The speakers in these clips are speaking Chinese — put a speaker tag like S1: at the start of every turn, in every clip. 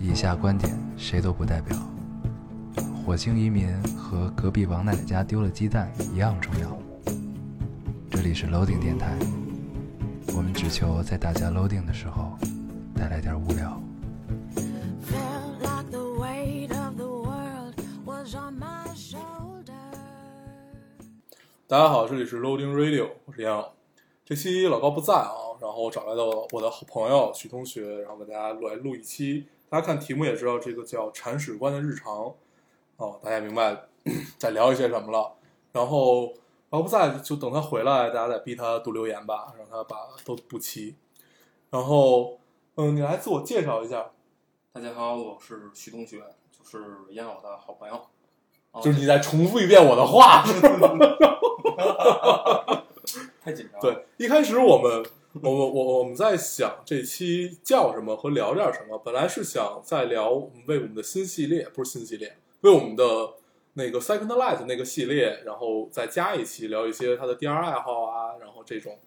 S1: 以下观点谁都不代表。火星移民和隔壁王奶奶家丢了鸡蛋一样重要。这里是 Loading 电台，我们只求在大家 Loading 的时候带来点无聊。
S2: Felt like the weight of the world was on my shoulders.
S3: 大家好，这里是 Loading Radio，我是杨。这期老高不在啊，然后我找来了我的好朋友许同学，然后给大家来录一期。大家看题目也知道，这个叫“铲屎官的日常”，哦，大家明白 在聊一些什么了。然后老高不在，就等他回来，大家再逼他读留言吧，让他把都补齐。然后，嗯，你来自我介绍一下，
S4: 大家好，我是徐同学，就是烟友的好朋友。啊
S3: 就是你再重复一遍我的话。
S4: 太紧张了。，
S3: 对，一开始我们我我我我们在想这期叫什么和聊点什么，本来是想再聊我们为我们的新系列，不是新系列，为我们的那个 Second Light 那个系列，然后再加一期聊一些他的 DR 爱好啊，然后这种，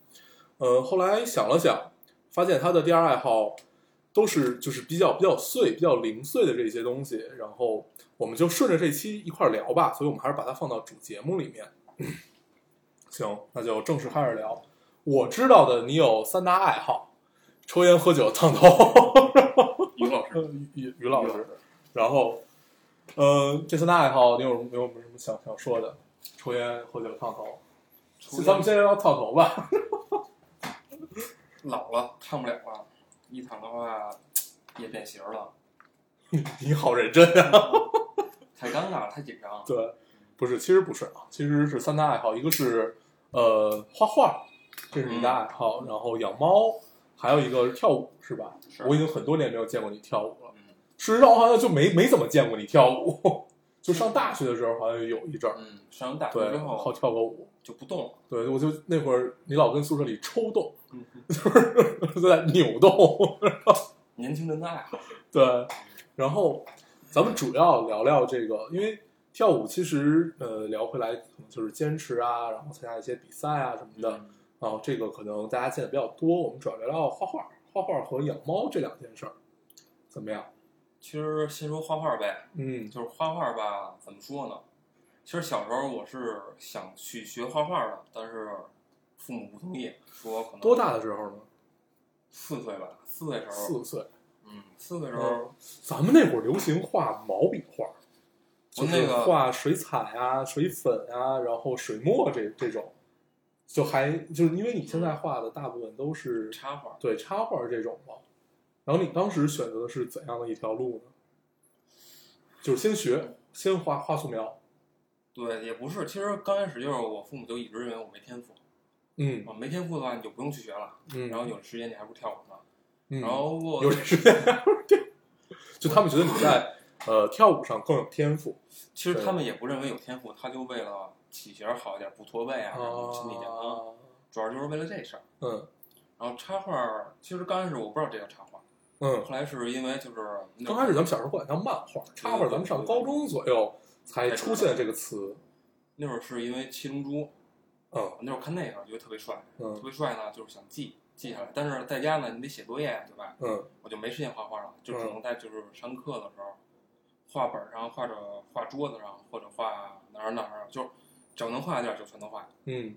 S3: 呃，后来想了想，发现他的 DR 爱好都是就是比较比较碎、比较零碎的这些东西，然后我们就顺着这期一块儿聊吧，所以我们还是把它放到主节目里面。行，那就正式开始聊。我知道的，你有三大爱好：抽烟、喝酒、烫头。
S4: 于老师，
S3: 呃于于老师，然后，呃，这三大爱好，你有没有什么想想说的？抽烟、喝酒、烫头。
S4: 除了
S3: 咱们先聊烫头吧。
S4: 老了，烫不了了，一烫的话也变形 了，
S3: 你好认真啊！
S4: 太尴尬了，太紧张了。
S3: 对，不是，其实不是啊，其实是三大爱好，一个是呃画画，这是你的爱好，然后养猫，还有一个是跳舞，是吧？
S4: 嗯是
S3: 我已经很多年没有见过你跳舞了。
S4: 嗯
S3: 事实上，我好像就没没怎么见过你跳舞， 就上大学的时候好像有一阵儿，
S4: 嗯，上大学
S3: 对
S4: 之，
S3: 好
S4: 后
S3: 跳个舞。
S4: 就不动了。
S3: 对，我就那会儿你老跟宿舍里抽动，
S4: 嗯，嗯
S3: 就在扭动。
S4: 年轻人的爱好。
S3: 对，然后咱们主要聊聊这个，因为跳舞其实呃聊回来可能就是坚持啊，然后参加一些比赛啊什么的。
S4: 嗯
S3: 然后这个可能大家见的比较多，我们主要聊聊画画、画画和养猫这两件事儿，怎么样？
S4: 其实先说画画呗，
S3: 嗯
S4: 就是画画吧，怎么说呢？其实小时候我是想去学画画的，但是父母不同意，说可能
S3: 多？大的时候呢？
S4: 四岁吧，四岁时候。
S3: 四岁。
S4: 嗯，四岁时候
S3: 咱们那会儿流行画毛笔画，就
S4: 我
S3: 是
S4: 那个
S3: 画水彩啊、水粉啊，然后水墨这这种，就还就是因为你现在画的大部分都是
S4: 插画，
S3: 对插画这种嘛，然后你当时选择的是怎样的一条路呢？就是先学，先画画素描，
S4: 对，也不是，其实刚开始就是我父母就一直认为我没天赋，
S3: 嗯
S4: 啊，没天赋的话你就不用去学了，
S3: 嗯，
S4: 然后有时间你还不如跳舞呢。
S3: 嗯
S4: 然后我
S3: 有点时间，就他们觉得你在呃跳舞上更有天赋，
S4: 其实他们也不认为有天赋，他就为了体型好一点，不驼背啊，然后身体健康，
S3: 啊，
S4: 主要就是为了这事儿。
S3: 嗯
S4: 然后插画儿，其实刚开始我不知道这叫插画，
S3: 嗯，
S4: 后来是因为就是那
S3: 刚开始咱们小时候管它叫漫画，插画，咱们上高中左右才出现这个词。
S4: 那会儿是因为七龙珠，
S3: 嗯
S4: 那会儿看那个觉得特别帅，特
S3: 嗯
S4: 别帅呢就是想记记下来，但是在家呢你得写作业对吧？
S3: 嗯
S4: 我就没时间画画了，就只
S3: 嗯
S4: 能在就是上课的时候，画本上或者画桌子上或者画哪儿哪儿，就是只要能画的地儿就全都画。
S3: 嗯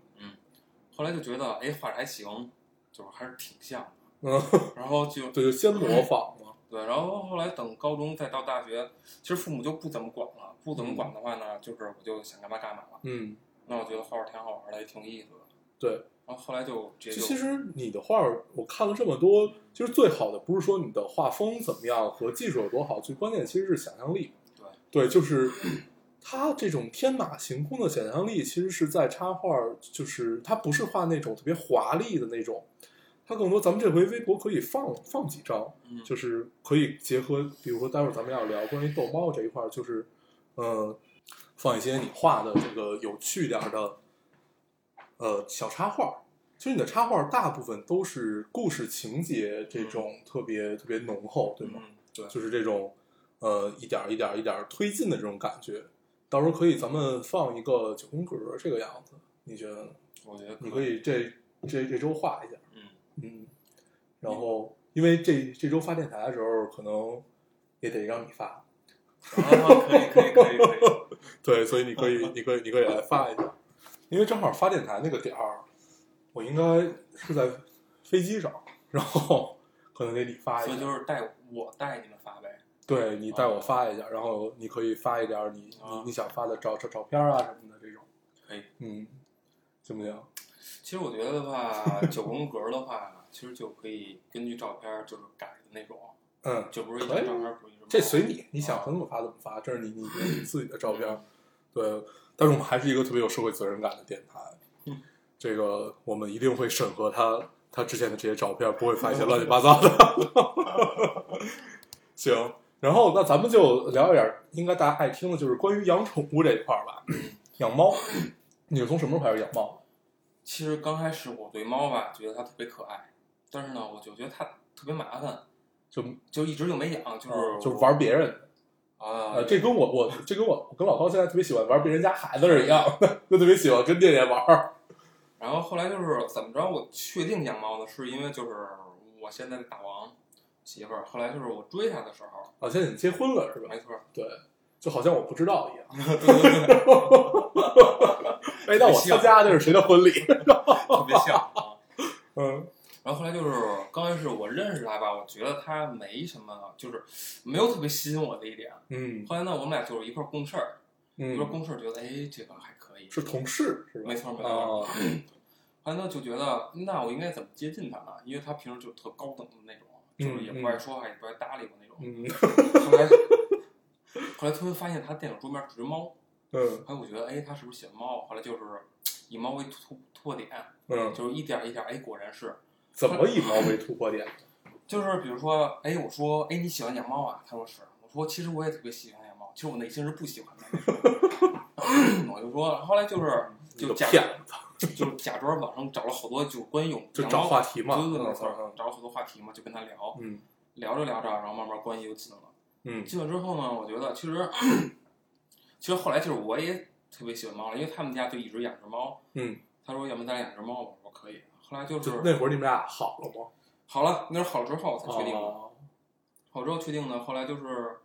S4: 后来就觉得哎画的还行，就是还是挺像的。
S3: 嗯，
S4: 然后就
S3: 对，就先模仿嘛。
S4: 对，然后后来等高中再到大学，其实父母就不怎么管了，不怎么管的话呢，就是我就想干嘛干嘛了。
S3: 嗯，
S4: 那我觉得画画挺好玩的，也挺有意思的。
S3: 对。
S4: 然后后来就直
S3: 就
S4: 接
S3: 其
S4: 就
S3: 实你的画，我看了这么多，其实最好的不是说你的画风怎么样和技术有多好，最关键其实是想象力。
S4: 对
S3: 对，就是他这种天马行空的想象力，其实是在插画，就是他不是画那种特别华丽的那种，他更多。咱们这回微博可以放放几张，
S4: 嗯
S3: 就是可以结合，比如说待会儿咱们要聊关于逗猫这一块儿，就是呃，放一些你画的这个有趣点儿的呃小插画儿。其实你的插画儿大部分都是故事情节这种特别特别浓厚，对吗？
S4: 嗯对
S3: 就是这种呃一点儿一点儿一点儿推进的这种感觉。到时候可以咱们放一个九宫格儿这个样子，你觉得呢？
S4: 我觉得
S3: 你可以这这这周画一下，
S4: 嗯
S3: 嗯，然后因为这这周发电台的时候，可能也得让你发。
S4: 啊可以可以可以可以，
S3: 对，所以你可 以，你可以，你可以来发一下，因为正好发电台那个点儿，我应该是在飞机上，然后 可能得你发一
S4: 所以
S3: 下，
S4: 就是带我带你们发呗。
S3: 对你带我发一下，然后你可以发一点儿你你
S4: 啊
S3: 你想发的照照照片啊什么的这种，
S4: 可以。
S3: 嗯，行不行？
S4: 其实我觉得的话，九宫格的话，其实就可以根据照片儿就是改的那种，
S3: 嗯，
S4: 就不是一
S3: 可
S4: 张
S3: 以
S4: 照片儿不是一张。
S3: 这随你，你想怎么发怎么发，这是你你你自己的照片儿。对，但是我们还是一个特别有社会责任感的电台。
S4: 嗯
S3: 这个我们一定会审核他他之前的这些照片，不会发一些乱七八糟的。 行，然后那咱们就聊一点儿应该大家爱听的，就是关于养宠物这一块儿吧。养猫，你是从什么时候开始养猫？
S4: 其实刚开始我对猫吧，觉得它特别可爱，但是呢，我就觉得它特别麻烦，
S3: 就
S4: 就一直就没养，就是
S3: 哦就玩别人的，
S4: 啊
S3: 呃，，这跟我我这跟我我跟老高现在特别喜欢玩别人家孩子是一样的，就特别喜欢跟店店玩儿。
S4: 然后后来就是怎么着，我确定养猫呢，是因为就是我现在的大王媳妇儿，后来就是我追她的时候，
S3: 好像你结婚了是吧
S4: 没？错儿，
S3: 对，就好像我不知道一 样。
S4: 对对对，
S3: 哎，那我参加的是谁的婚 礼？
S4: 特别像啊。
S3: 嗯
S4: 然后后来就是刚开始我认识她吧，我觉得她没什么，就是没有特别吸引我的一点。
S3: 嗯
S4: 后来呢，我们俩就是一块儿共事儿，一块
S3: 嗯，
S4: 儿共事儿，觉得哎这个还可以。
S3: 是同事是吧？
S4: 没错没错
S3: 啊，
S4: 后来呢就觉得那我应该怎么接近她呢？因为她平时就特高冷的那种，就是也不爱说话，也不爱搭理我那种。
S3: 嗯
S4: 后来，后来突然发现他电脑桌面只是猫，
S3: 嗯
S4: 后来我觉得，哎，他是不是喜欢猫？后来就是以猫为突突破点，
S3: 嗯，
S4: 就是一点一点，哎，果然是，
S3: 怎么以猫为突破点？
S4: 就是比如说，哎，我说，哎，你喜欢养猫啊？他说是，我说其实我也特别喜欢养猫，其实我内心是不喜欢的。 我就说，后来就是就
S3: 个
S4: 假
S3: 嗯骗子，
S4: 就是假装网上找了好多就关于养
S3: 就
S4: 养
S3: 找
S4: 猫
S3: 话题嘛
S4: 对对对，
S3: 嗯
S4: 没错
S3: 嗯嗯，
S4: 找了好多话题嘛，就跟他聊，
S3: 嗯
S4: 聊着聊着，然后慢慢关系就近了。
S3: 嗯
S4: 进了之后呢，我觉得其实 其实后来就是我也特别喜欢猫了，因为他们家就一直养只猫。
S3: 嗯，
S4: 他说：“要不咱俩养只猫吧？”我说：“可以。”后来就
S3: 就是那会儿你们俩好了吗？
S4: 好了，那是好了之后才确定的。
S3: 哦，
S4: 好之后确定呢，后来就是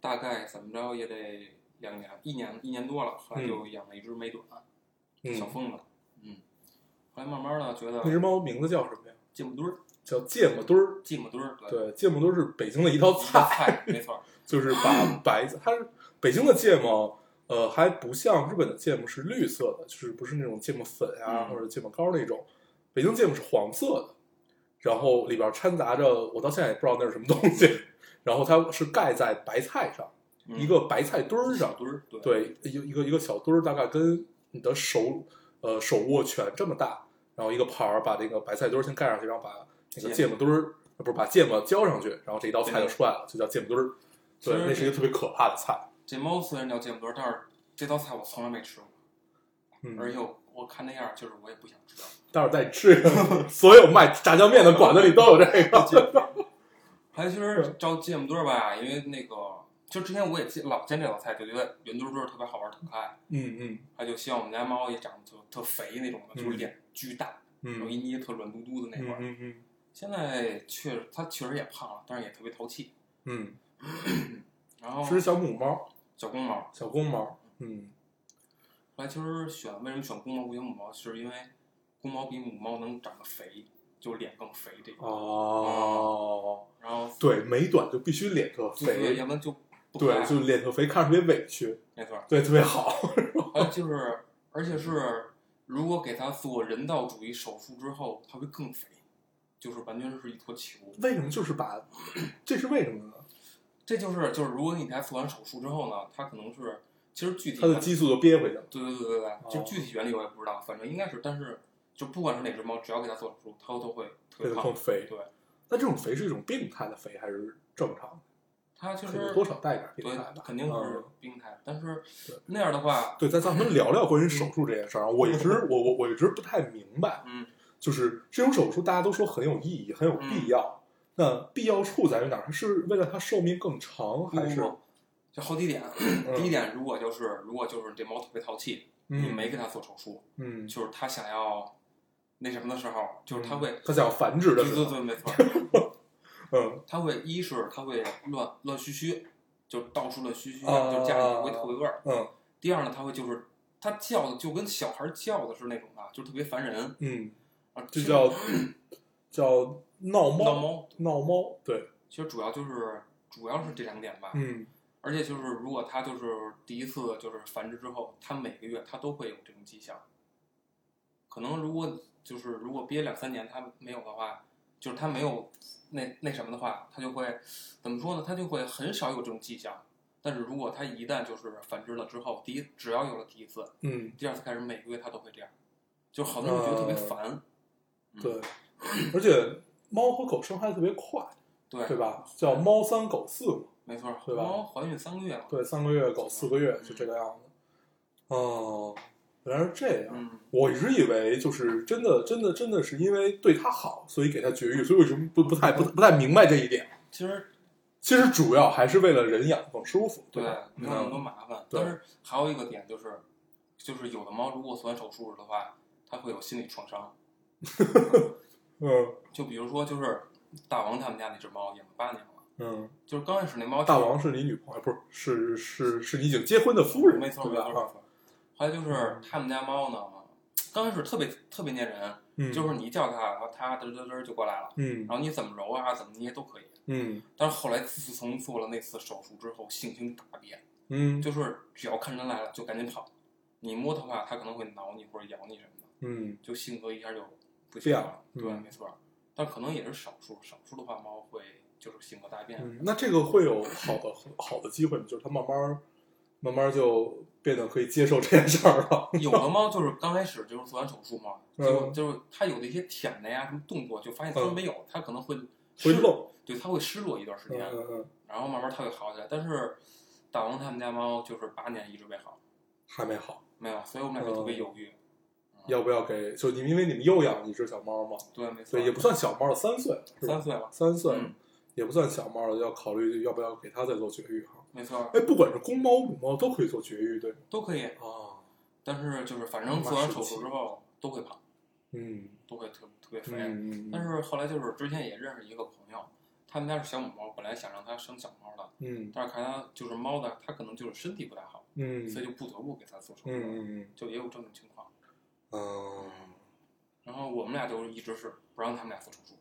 S4: 大概怎么着也得两年，一年一年多了，后来就养了一只美短、
S3: 嗯
S4: 小，疯子。嗯，后来慢慢的觉得
S3: 那只猫名字叫什么呀？
S4: 芥末墩儿，
S3: 叫芥末墩儿。
S4: 芥末墩儿，对，
S3: 对，芥末墩儿是北京的一道
S4: 一道
S3: 菜，
S4: 菜， 没错儿，
S3: 就是 把白，它是北京的芥末，呃，还不像日本的芥末是绿色的，就是不是那种芥末粉啊、
S4: 嗯
S3: 或者芥末膏那种，北京芥末是黄色的，然后里边掺杂着我到现在也不知道那是什么东西， 然后它是盖在白菜上，
S4: 嗯
S3: 一个白菜墩儿
S4: 小
S3: 上，
S4: 墩儿，对，
S3: 对，一个一个一个小墩儿，大概跟你的手呃手握拳这么大，然后一个盘儿把这个白菜墩儿先盖上去，然后把那个芥
S4: 芥
S3: 末墩儿。呃不是把芥末浇上去，然后这一道菜就出来了，就叫芥末墩儿。
S4: 其
S3: 对
S4: 实，
S3: 那是一个特别可怕的菜。
S4: 这猫虽然叫芥末墩儿，但是这道菜我从来没吃过，而
S3: 嗯，
S4: 且我我看那样儿，就是我也不想 吃。
S3: 待会儿再吃。所有卖炸酱面的馆子里都有这 个。
S4: 还有其
S3: 嗯
S4: 实招芥末墩儿吧，因为那个就之前我也见老见这道菜，就觉得圆墩墩儿特别好玩儿，特可爱。
S3: 嗯嗯
S4: 还就希望我们家猫也长得就特肥那种的，就是脸巨大，然后
S3: 嗯
S4: 一捏特软嘟嘟的那
S3: 嗯
S4: 块儿。
S3: 嗯嗯
S4: 现在确实它确实也胖了，但是也特别淘气。
S3: 嗯
S4: 然后
S3: 嗯，吃小母猫、
S4: 小公猫，
S3: 小公猫。嗯
S4: 后来其实选为什么选公猫不选母猫，是因为公猫比母猫能长得肥，就脸更肥这种。
S3: 哦，
S4: 然后
S3: 对，美短就必须脸特
S4: 对，
S3: 肥
S4: 要，不然就不可
S3: 对，
S4: 爱
S3: 就脸特肥，看着特别委屈，
S4: 没错。
S3: 对，特别好。
S4: 而呃就是，而且是，如果给它做人道主义手术之后，它会更肥，就是完全是一坨球。
S3: 为什么就是把？这是为什么呢？
S4: 这就是就是，如果你给它做完手术之后呢，它可能是，其实具体
S3: 它的哦激素就憋回去了。
S4: 对对对对对，就具体原理我也不知道，反正应该是，但是就不管是哪只猫，只要给它做手术，它都会特
S3: 变
S4: 别
S3: 得
S4: 胖
S3: 更。肥，
S4: 对，
S3: 那这种肥是一种病态的肥还是正常的？
S4: 它其
S3: 肯定
S4: 实
S3: 多少带点病
S4: 对
S3: 态吧，，
S4: 肯定
S3: 嗯
S4: 是病态，但是
S3: 对
S4: 那样的话，
S3: 对，咱咱们聊聊关于手术这件事儿啊，我一直我我我一直不太明白，
S4: 嗯，
S3: 就是这种手术大家都说很有意义，很有必要，那必要处在于哪儿？它是为了它寿命更长，
S4: 不
S3: 还
S4: 不
S3: 是
S4: 不，就好几点。
S3: 嗯
S4: 第一点，如果就是如果就是这猫特别淘气，你
S3: 嗯
S4: 没给它做手术，
S3: 嗯，
S4: 就是他想要那什么的时候，就是他会，
S3: 它想繁殖的
S4: 对
S3: 时
S4: 对
S3: 候，
S4: 对，没错。
S3: 嗯
S4: 它会一是它会乱乱须须，就是到处乱须须，
S3: 啊
S4: 就是家里会特别味儿。
S3: 嗯
S4: 第二呢，它会就是它叫的就跟小孩叫的是那种的，就是特别烦人
S3: 嗯，
S4: 啊。
S3: 这
S4: 其实
S3: 叫叫闹猫
S4: 闹猫，
S3: 闹猫，对，
S4: 其实主要就是主要是这两点吧。
S3: 嗯
S4: 而且就是如果它就是第一次就是繁殖之后，它每个月它都会有这种迹象。可能如果就是如果憋两三年它没有的话，就是它没有那那什么的话，它就会怎么说呢？它就会很少有这种迹象。但是如果它一旦就是繁殖了之后，第一只要有了第一次，
S3: 嗯，
S4: 第二次开始每个月它都会这样，就好多人觉得特
S3: 呃
S4: 别烦。嗯
S3: 对，而且猫和狗生孩子特别快，
S4: 对
S3: 对吧？叫猫三狗四嘛，
S4: 没错，
S3: 对吧
S4: 猫怀孕三个月嘛。
S3: 对，三个月狗四个
S4: 嗯
S3: 月就这个样子。哦，原来是这样。
S4: 嗯，
S3: 我一直以为就是真的，真的，真的是因为对它好，所以给它绝育，所以我一直不不太不不太明白这一点。
S4: 其实
S3: 其实主要还是为了人养更舒服，
S4: 对
S3: 吧，？
S4: 没有那么多
S3: 嗯
S4: 麻烦。
S3: 对
S4: 但是还有一个点就是，就是有的猫如果做完手术的话，它会有心理创伤。
S3: 嗯
S4: 就比如说，就是大王他们家那只猫养了八年了，
S3: 嗯，
S4: 就是刚开始那猫
S3: 大王是你女朋友，不是是是是你已经结婚的夫人，
S4: 没错没
S3: 对
S4: 错没
S3: 吧？啊
S4: 错。后来就是他们家猫呢，刚开始特别特别粘人，
S3: 嗯，
S4: 就是你一叫它，然后它嘚嘚嘚就过来了，
S3: 嗯
S4: 然后你怎么揉啊，怎么捏都可以。
S3: 嗯
S4: 但是后来自从做了那次手术之后，性情大变。
S3: 嗯
S4: 就是只要看人来了就赶紧跑，你摸它的话，它可能会挠你或者咬你什么的，
S3: 嗯
S4: 就性格一下就不行了。
S3: 变
S4: 对，
S3: 了嗯
S4: 没错儿。但可能也是少数，少数的话猫会就是性格大变。
S3: 嗯，那这个会有好的好的机会吗？就是它慢慢慢慢就变得可以接受这件事儿 了。
S4: 有的猫就是刚开始就是做完手术嘛，
S3: 嗯
S4: 结果就是它有的一些舔的呀什么动作，就发现它没有，它可能会
S3: 会
S4: 失
S3: 漏，
S4: 对，它会失落一段时
S3: 嗯
S4: 间，
S3: 嗯嗯，
S4: 然后慢慢它会好起来。但是大王他们家猫就是八年一直没好，
S3: 还没好。
S4: 没有，所以我们俩就特别
S3: 嗯
S4: 犹豫。啊
S3: 要不要给？就你们因为你们又养一只小猫嘛，
S4: 对，没错
S3: 对，
S4: 儿，
S3: 也不算小猫了，三岁，是吧
S4: 啊三岁了，
S3: 三岁、
S4: 嗯，
S3: 也不算小猫了，要考虑要不要给它再做绝育哈。
S4: 没错儿，
S3: 哎，不管是公猫母猫都可以做绝育，对吗？
S4: 都可以。
S3: 啊，
S4: 但是就是反正做完手术之后都会胖，
S3: 嗯
S4: 都会特特别肥。
S3: 嗯嗯，
S4: 但是后来就是之前也认识一个朋友，他们家是小母猫，本来想让它生小猫的，
S3: 嗯
S4: 但是看它就是猫的，它可能就是身体不太好，
S3: 嗯
S4: 所以就不得不给它做手术，
S3: 嗯嗯
S4: 就也有这种情况。
S3: 嗯
S4: 然后我们俩就是一直是不让他们俩做手术，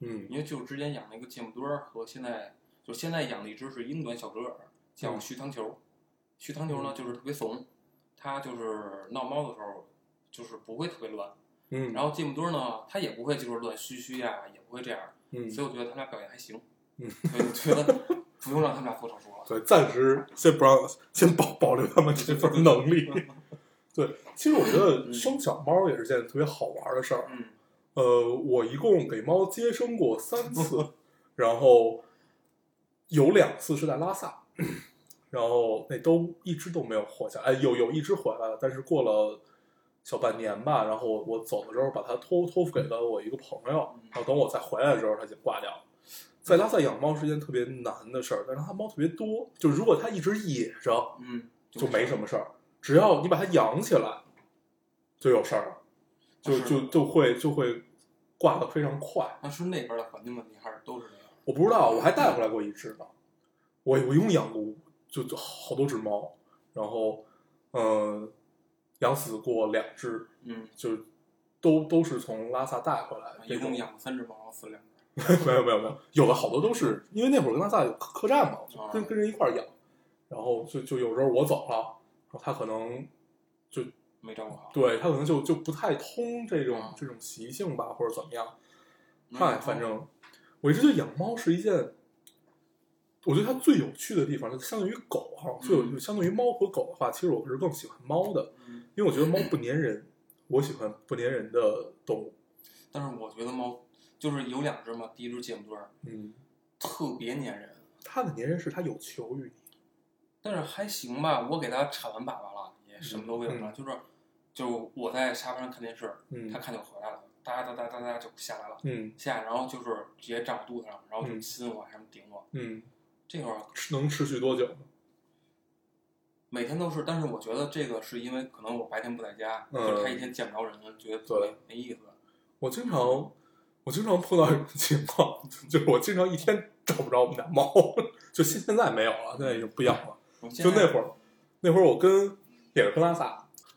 S3: 嗯
S4: 因为就是之前养了一个芥末墩儿和现在就现在养的一只是英短小折耳，叫
S3: 嗯
S4: 须糖球。须糖球呢就是特别怂，它就是闹猫的时候就是不会特别乱。
S3: 嗯，
S4: 然后芥末墩儿呢，他也不会就是乱嘘嘘呀，也不会这样，
S3: 嗯，
S4: 所以我觉得他俩表现还行，
S3: 嗯
S4: 所以我觉得不用让他们俩做手术了。
S3: 对，暂时先不让，先保保留他们这份能力。 对，其实我觉得生小猫也是件特别好玩的事儿。
S4: 嗯，
S3: 呃，我一共给猫接生过三次，然后有两次是在拉萨， 然后那都一只都没有活下来，哎，有有一只回来了，但是过了小半年吧，然后我我走的时候把它托托付给了我一个朋友，然后等我再回来的时候它已经挂掉了。在拉萨养猫是件特别难的事儿，但是它猫特别多，就如果它一直野着
S4: 嗯，
S3: 就没什么事儿，只要你把它养起来就有事儿了，啊就是就就会就会挂的非常快。
S4: 那是那边的环境问题，还是都是那样？
S3: 我不知道，我还带回来过一只呢。我我一共养过就就好多只猫，然后嗯、呃养死过两只，
S4: 嗯，
S3: 就都都是从拉萨带回来的。
S4: 一 共养了三只猫，死两只。
S3: 没有没有没有，有的好多都是因为那会儿跟拉萨有客客栈嘛，就跟跟人一块儿养，然后就就有时候我走了，然后他可能就
S4: 没照顾好，
S3: 对他可能就就不太通这种
S4: 啊
S3: 这种习性吧，或者怎么样。
S4: 嗯
S3: 嗨，反正我一直觉得养猫是一件，我觉得它最有趣的地方，就相对于狗哈，
S4: 嗯
S3: 最有就相对于猫和狗的话，其实我是更喜欢猫的，
S4: 嗯，
S3: 因为我觉得猫不粘人，我喜欢不粘人的动物。
S4: 但是我觉得猫就是有两只嘛，第一只芥末墩儿
S3: 嗯，
S4: 特别粘人，
S3: 它的粘人是它有求于你。
S4: 但是还行吧，我给它铲完粑粑了，也什么都没有了，
S3: 嗯
S4: 就是就是我在沙发上看电视，
S3: 嗯
S4: 它看见我回来了，哒哒哒哒哒就下来了。
S3: 嗯
S4: 下，然后就是直接站我肚子上，然后就
S3: 嗯
S4: 亲我，还是顶我。
S3: 嗯，
S4: 这会儿
S3: 是能持续多久呢？
S4: 每天都是，但是我觉得这个是因为可能我白天不在家，
S3: 嗯
S4: 就是他一天见不着人，觉得特别没意思。
S3: 我经常，我我经常碰到一种情况，就是我经常一天找不着我们家猫，就现现在没有了，现在已经不养了。
S4: 我现
S3: 就
S4: 在
S3: 那会儿，那会儿我跟也是跟拉萨，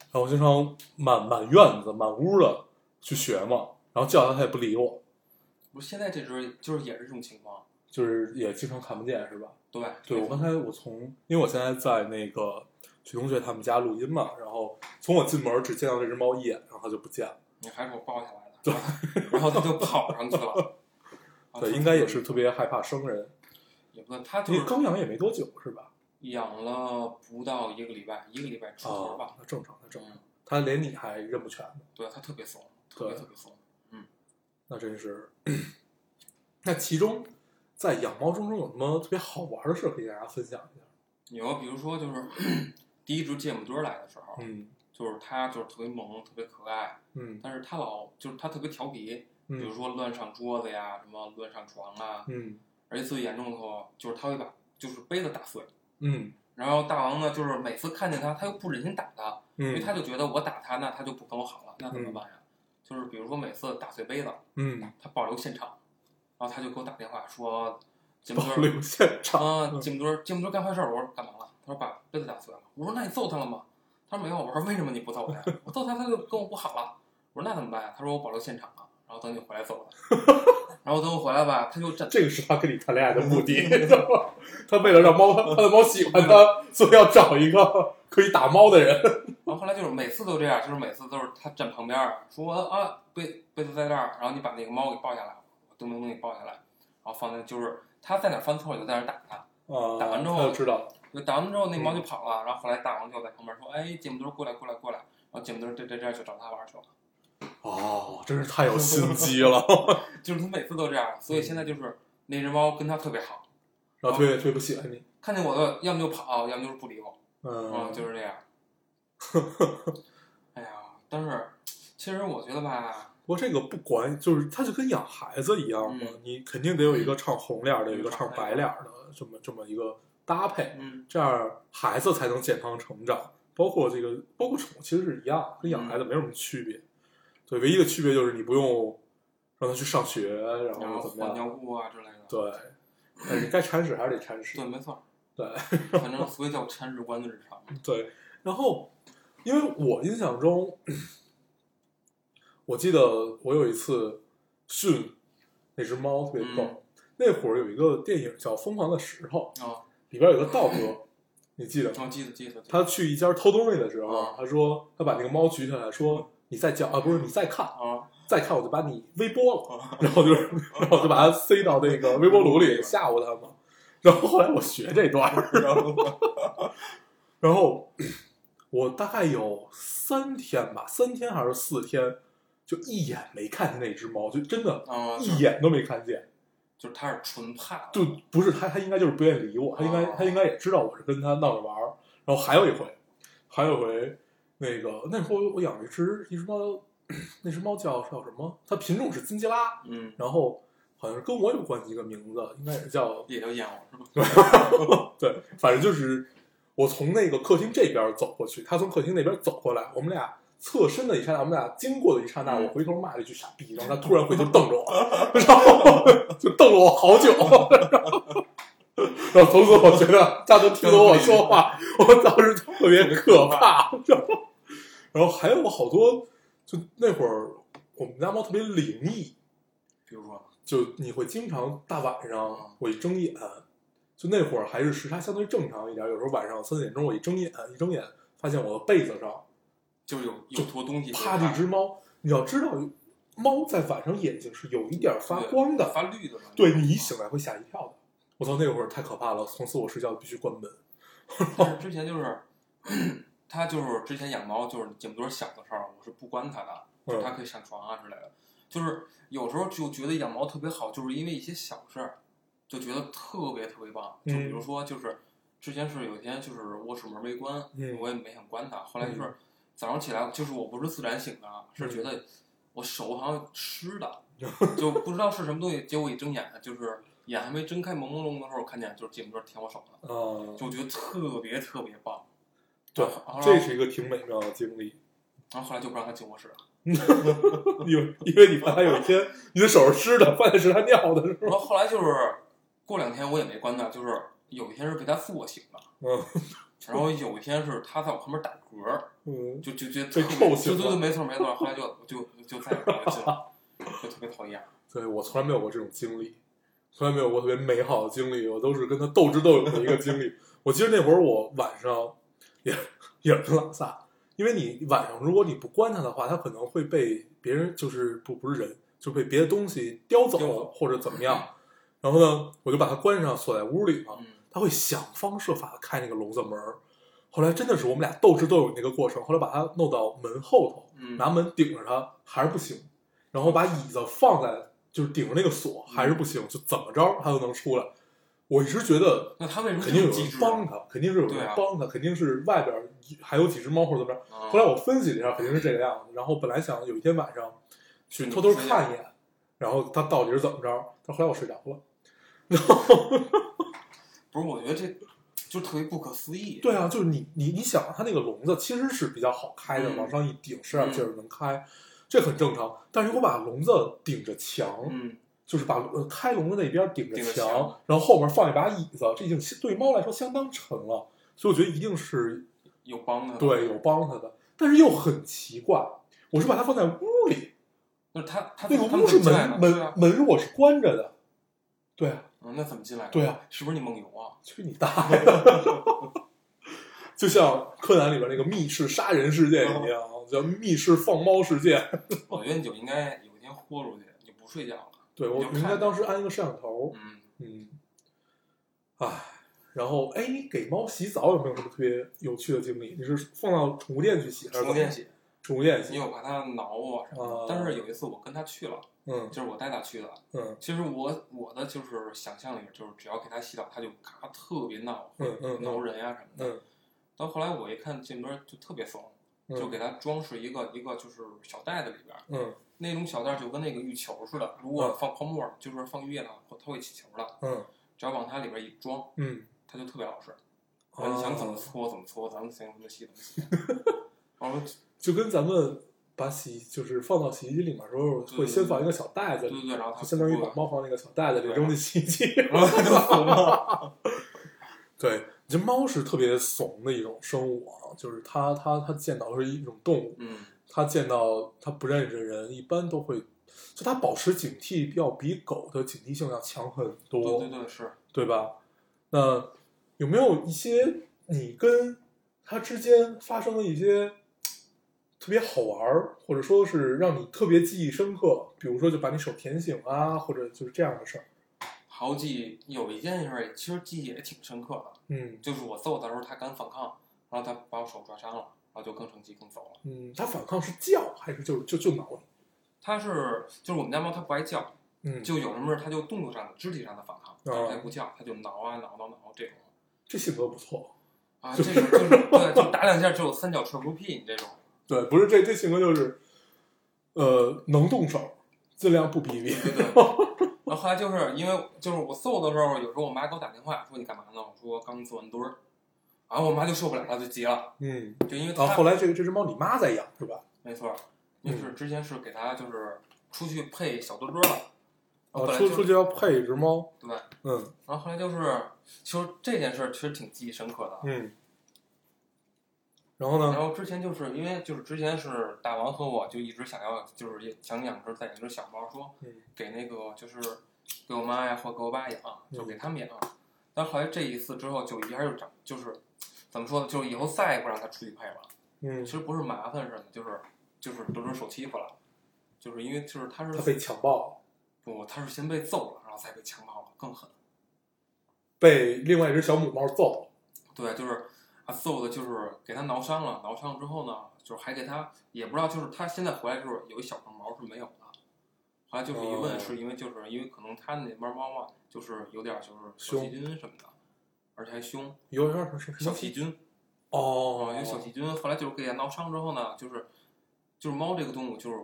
S3: 然后我经常满满院子、满屋的去学嘛，然后叫它它也不理我，
S4: 我现在这只就是也是这种情况，
S3: 就是也经常看不见，是吧？
S4: 对
S3: 对我刚才我从，因为我现在在那个许同学他们家录音嘛，然后从我进门只见到这只猫一眼，然后它就不见了。
S4: 你还给我抱下来的，对，然后它就跑上去了。啊
S3: 对，
S4: 它
S3: 应该也是特别害怕生人。
S4: 也不算，它就
S3: 你
S4: 是
S3: 刚养也没多久是吧？
S4: 养了不到一个礼拜，一个礼拜出头吧。
S3: 那正常，那正常
S4: 嗯。
S3: 它啊连你还认不全，
S4: 对，它特别怂，特别
S3: 对
S4: 特别怂。
S3: 那真是。 那其中，在养猫中中有什么特别好玩的事可以给大家分享一下？
S4: 有，比如说就是 第一只芥末墩儿来的时候，
S3: 嗯
S4: 就是它就是特别萌，特别可爱，
S3: 嗯
S4: 但是它老就是它特别调皮，比如
S3: 嗯
S4: 说乱上桌子呀，什么乱上床啊，
S3: 嗯
S4: 而且最严重的时候就是它会把就是杯子打碎。
S3: 嗯
S4: 然后大王呢，就是每次看见它，它又不忍心打它，因为他
S3: 嗯
S4: 就觉得我打他，那他就不跟我好了，那怎么办呀？就是比如说每次打碎杯子，
S3: 嗯，
S4: 他保留现场，然后他就给我打电话说，金墩
S3: 保
S4: 儿
S3: 留现
S4: 啊，
S3: 场。嗯
S4: 金墩儿，金墩儿干坏事儿，我说干嘛了？他说把杯子打碎了。我说那你揍他了吗？他说没有。我说为什么你不揍他呀？我揍他他就跟我不好了。我说那怎么办呀？他说我保留现场了，然后等你回来揍他。然后等我回来吧，他就站。
S3: 这个是他跟你谈恋爱的目的，
S4: 嗯
S3: 你知道吗？他为了让 猫，他的猫喜欢他，所以要找一个可以打猫的 人。
S4: 然后后来就是每次都这样，就是每次都是他站旁边儿说啊杯杯子在这儿，然后你把那个猫给抱下来，我咚咚咚给抱下来，然后放在就是他在哪儿犯错我就在哪儿打他，
S3: 啊，
S4: 打完之后
S3: 他就知道了。
S4: 就打完之后那猫就跑了，然后后来大王就在旁边说哎姐妹墩儿过来过来过来，然后姐妹墩儿这这这就找他玩儿去了，
S3: 哦，真是太有心机 了，
S4: 就是他每次都这样，所以现在就是那只猫跟他特别好，
S3: 然后特别特别不喜欢你。
S4: 看见我的要么就跑，要么就是不理我，嗯
S3: 嗯，
S4: 就是 这样，哎呀，但是其实我觉得吧。
S3: 不过这个不管，就是它就跟养孩子一样嘛，
S4: 嗯
S3: 你肯定得有一个唱红脸儿的，
S4: 嗯
S3: 有一个唱白脸儿的，这么这么一个搭配，
S4: 嗯，
S3: 这样孩子才能健康成长。包括这个，包括宠物其实是一样，跟养孩
S4: 嗯
S3: 子没有什么区别。对，唯一的区别就是你不用让它去上学，然
S4: 然后
S3: 后怎么
S4: 换
S3: 样？
S4: 尿布啊之类的，
S3: 对，但是该铲屎还是得铲屎
S4: 对，。没错，
S3: 对，
S4: 反正所以叫铲屎官的日常。
S3: 对，然后因为我印象中，我记得我有一次训那只猫特别逗，
S4: 嗯
S3: 那会儿有一个电影叫《疯狂的石头
S4: 哦，》，
S3: 里边有个道哥，你记得吗？
S4: 我记得记得，记得
S3: 嗯他去一家偷东西的时候
S4: 啊，
S3: 他说他把那个猫举起来说。你再叫啊，不是你再看，
S4: 啊，
S3: 再看我就把你微波
S4: 哦
S3: 了， 然后就是，然后我就把它塞到那个微波炉里吓唬它嘛。然后后来我学这段儿，
S4: 然后
S3: 然后我大概有三天吧，三天还是四天，就一眼没看见那只猫，就真的，
S4: 啊，就
S3: 一
S4: 是
S3: 眼都没看见。
S4: 就是他是纯怕，
S3: 就不是它，它应该就是不愿意理我，它应该
S4: 哦
S3: 它应该也知道我是跟它闹着玩儿。然后还有一回，还有一回，那个那会儿我养了一只一只猫， 那只猫叫叫什么？它品种是金吉拉，
S4: 嗯，
S3: 然后好像是跟我有关系一个名字，应该也是叫
S4: 也叫燕窝是吧？
S3: 对，反正就是我从那个客厅这边走过去，他从客厅那边走过来，我们俩侧身的一刹那，我们俩经过的一刹那，
S4: 嗯
S3: 我回头骂了一句傻逼，然后他突然回头瞪着我， 然后就瞪了我好久。然后从此我觉得他都听懂我说话，我当时特别可怕。然后，然后还有好多，就那会儿我们家猫特别灵异，
S4: 比如说，
S3: 就你会经常大晚上
S4: 嗯，
S3: 我一睁眼，就那会儿还是时差相对正常一点，有时候晚上三四点钟我一睁眼，一睁眼发现我的被子上
S4: 就是有有坨东西，
S3: 趴着一只猫。你要知道，猫在晚上眼睛是有一点发光的，
S4: 发绿的嘛，
S3: 对你一醒来会吓一跳的。我操，那会儿太可怕了，从此我睡觉必须关门。
S4: 但是之前就是。他就是之前养猫，就是顶多小的时候，我是不关它的，就是
S3: 嗯
S4: 它可以上床啊之类的。就是有时候就觉得养猫特别好，就是因为一些小事儿，就觉得特别特别棒。就
S3: 嗯
S4: 比如说，就是之前是有一天，就是卧室门没关，
S3: 嗯
S4: 我也没想关它。后来就是早上起来，就是我不是自然醒的啊，是
S3: 嗯
S4: 觉得我手好像 湿的，就不知道是什么东西。结果一睁眼，就是眼还没睁开，朦朦胧胧的时候，我看见就是姐妹儿舔我手了，
S3: 啊，
S4: 就觉得特别特别棒。
S3: 对
S4: 然后，
S3: 这是一个挺美妙的经历。
S4: 然后后来就不让它进卧室了，
S3: 以为以为你怕它有一天你的手是湿的，发现是它尿的，是
S4: 然
S3: 吗？
S4: 后后来就是过两天我也没关它，就是有一天是被它复我醒的，
S3: 嗯
S4: 然后有一天是它在我旁边打嗝，
S3: 嗯，
S4: 就就觉得
S3: 被扣醒了
S4: 对对对，没错没错。后来就就就再也不要进了， 就特别讨厌。
S3: 对我从来没有过这种经历，从来没有过特别美好的经历，我都是跟它斗智斗勇的一个经历。我记得那会儿我晚上也也是拉萨，因为你晚上如果你不关它的话，它可能会被别人就是不不是人，就被别的东西叼走
S4: 叼走
S3: 或者怎么样。然后呢，我就把它关上，锁在屋里嘛。
S4: 嗯，
S3: 他会想方设法地开那个笼子门儿。后来真的是我们俩斗智斗勇那个过程，后来把它弄到门后头，
S4: 嗯
S3: 拿门顶着它还是不行，然后把椅子放在就是顶着那个锁还是不
S4: 嗯
S3: 行，就怎么着它都能出来。我一直觉得
S4: 那它为什么
S3: 肯定有
S4: 这么
S3: 人
S4: 机智
S3: 帮它，肯定是有
S4: 对
S3: 人
S4: 啊
S3: 帮它，肯定是外边还有几只猫或者怎么着。
S4: 嗯
S3: 后来我分析了一下，肯定是这个样子。然后本来想有一天晚上
S4: 嗯
S3: 去偷偷看一眼，然后它到底是怎么着，但后来我睡着了。
S4: 嗯不是，我觉得这就特别不可思议。
S3: 对啊，就是你你你想，它那个笼子其实是比较好开的，
S4: 嗯
S3: 往上一顶，使点劲儿能开，这很正常。但是如果把笼子顶着墙，
S4: 嗯，
S3: 就是把呃开笼子那边顶着
S4: 顶着
S3: 墙，
S4: 墙
S3: 然后后面放一把椅子，这已经对猫来说相当沉了，所以我觉得一定是
S4: 有帮的。
S3: 对有。帮它的，但是又很奇怪，我是把它放在屋里，
S4: 那它它
S3: 那个
S4: 它
S3: 屋是
S4: 进来
S3: 门
S4: 的？对
S3: 门
S4: 啊，
S3: 门我是关着的，对啊，
S4: 嗯那怎么进来的？
S3: 对啊，
S4: 是不是你梦游啊？
S3: 去你大爷！ 就像柯南里边那个密室杀人事件一
S4: 嗯
S3: 样，叫密室放猫事件。
S4: 我觉得你就应该有一天豁出去，你就不睡觉了。
S3: 对我
S4: 你就
S3: 应
S4: 看
S3: 该当时安一个摄像头，
S4: 嗯，
S3: 嗯，唉，然后哎，你给猫洗澡有没有什么特别有趣的经历？你是放到宠物店去洗还是
S4: 充电，血，
S3: 宠物店
S4: 因
S3: 洗，
S4: 为我怕它挠我什么
S3: 哦
S4: 的。但是有一次我跟它去了，
S3: 嗯
S4: 就是我带它去的。
S3: 嗯
S4: 其实我我的就是想象里就是只要给它洗澡，它就咔特别闹，
S3: 嗯嗯
S4: 挠人呀、什么的。
S3: 嗯
S4: 到后来我一看这边就特别怂，
S3: 嗯
S4: 就给它装饰一个一个就是小袋子里边儿，
S3: 嗯
S4: 那种小袋儿就跟那个浴球似的，如果放泡沫儿，就是放浴液呢，它会起球的，
S3: 嗯
S4: 只要往它里边一装，
S3: 嗯，
S4: 它就特别老实。
S3: 哦
S4: 你想怎么搓怎么搓，咱们想怎么洗怎 么洗。然后
S3: 就跟咱们把洗就是放到洗衣机里面的时候，会先放一个小袋子
S4: 对
S3: 里
S4: 对，对，然后它
S3: 就相当于把猫放那个小袋子里扔进洗衣 机。
S4: 然后它就怂了。
S3: 对，这猫是特别怂的一种生物啊，就是它它它见到是一种动物，
S4: 嗯，
S3: 它见到它不认识的人，一般都会，就它保持警惕要比狗的警惕性要强很多，
S4: 对对对是。
S3: 对吧？那有没有一些你跟它之间发生的一些特别好玩儿，或者说是让你特别记忆深刻，比如说就把你手舔醒啊，或者就是这样的事儿？
S4: 好几有一件事儿，其实记忆也挺深刻的，
S3: 嗯
S4: 就是我揍它的时候，它敢反抗，然后它把我手抓伤了，然后就更生气更走了。
S3: 嗯，它反抗是叫还是就就就挠你？
S4: 它是就是我们家猫，它不爱叫，
S3: 嗯，
S4: 就有什么事儿它就动作上的、肢体上的反抗，但
S3: 哦
S4: 是它不叫，它就挠啊挠挠挠这种。
S3: 这性格不错。
S4: 啊，这个就是对，就打两下只有三角踹不出屁，你这种。
S3: 对，不是这这性格就是，呃，能动手，尽量不逼逼。
S4: 对对对。然后后来就是因为就是我揍的时候，有时候我妈给我打电话说你干嘛呢？我说刚做完墩儿，然后我妈就受不了了，就急了，
S3: 嗯，
S4: 就因为她、
S3: 然后后来这个这只猫你妈在养是吧？
S4: 没错儿，
S3: 嗯
S4: 就是之前是给它就是出去配小墩墩儿了，
S3: 啊
S4: 哦本，来
S3: 出
S4: 就
S3: 出去要配一只猫。
S4: 对吧？
S3: 嗯
S4: 然后后来就是，其实这件事儿其实挺记忆深刻的。
S3: 嗯。然后
S4: 然
S3: 呢？
S4: 后之前就是因为就是之前是大王和我就一直想要就是也想养只再养只小猫，说
S3: 嗯
S4: 给那个就是给我妈呀或给我爸养，就
S3: 嗯
S4: 给他们养。但后来这一次之后就一下就长就是怎么说呢，就是以后再也不让它出去配了。
S3: 嗯
S4: 其，实不是麻烦似的，就是就是都是受欺负了，就是因为就是它是
S3: 它被强暴了，
S4: 不，他是先被揍了，然后再被强暴了，更狠。
S3: 被另外一只小母猫揍了。
S4: 对，就是啊，揍的就是给他挠伤了，挠伤之后呢，就是还给他也不知道，就是他现在回来就是有一小根毛是没有的。后来就是一
S3: 哦
S4: 问，是因为就是因为可能他那边猫啊，就是有点就是小细菌什么的，而且还凶，
S3: 有点儿什么什
S4: 小
S3: 么
S4: 细菌
S3: 哦
S4: 哦，，有小细菌。后来就是给它挠伤之后呢，就是就是猫这个动物就是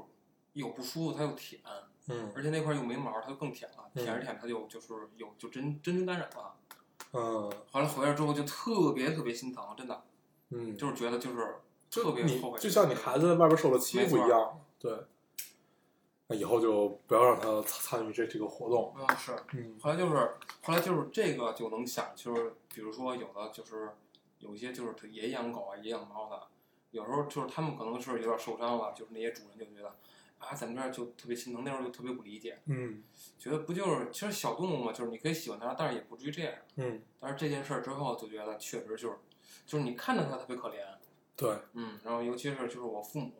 S4: 又不舒服，它又舔，
S3: 嗯
S4: 而且那块儿又没毛，它就更舔了，
S3: 嗯
S4: 舔着舔它就就是有就真真菌感染了。
S3: 嗯
S4: 完了回来之后就特别特别心疼，真的
S3: 嗯，
S4: 就是觉得就是
S3: 就
S4: 特别
S3: 你
S4: 后悔。
S3: 就像你孩子在外边受了欺负一样，对，那以后就不要让他参参与这这个活动。
S4: 嗯，是。
S3: 嗯
S4: 后来就是，后来就是这个就能想，就是比如说有的就是有一些就是也养狗啊，也养猫的，有时候就是他们可能是有点受伤了，就是那些主人就觉得啊，咱们这儿就特别心疼，那时候就特别不理解，
S3: 嗯
S4: 觉得不就是其实小动物嘛，就是你可以喜欢它，但是也不至于这样。
S3: 嗯，
S4: 但是这件事儿之后就觉得确实就是，就是你看着它特别可怜，
S3: 对，
S4: 嗯，然后尤其是就是我父母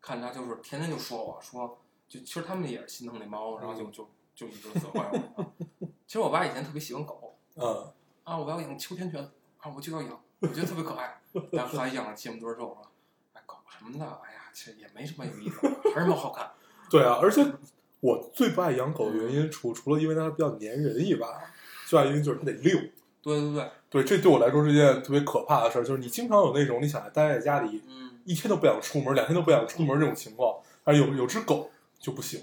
S4: 看他就是天天就说我说，就其实他们也是心疼那猫，然后就就就一直责怪我。啊 其实我爸以前特别喜欢狗
S3: 嗯
S4: 啊，我爸要养秋田犬啊，我就要养，我觉得特别可爱。但后来养了芥末多肉我说，哎，狗什么的，哎呀，其实也没什么有意思，还是猫好看。
S3: 对啊，而且我最不爱养狗的原因，除除了因为它比较粘人以外，最大原因就是它得溜。
S4: 对对对，
S3: 对，这对我来说是件特别可怕的事儿，就是你经常有那种你想待在家里
S4: 嗯，
S3: 一天都不想出门，两天都不想出门这种情况，但是有有只狗就不行，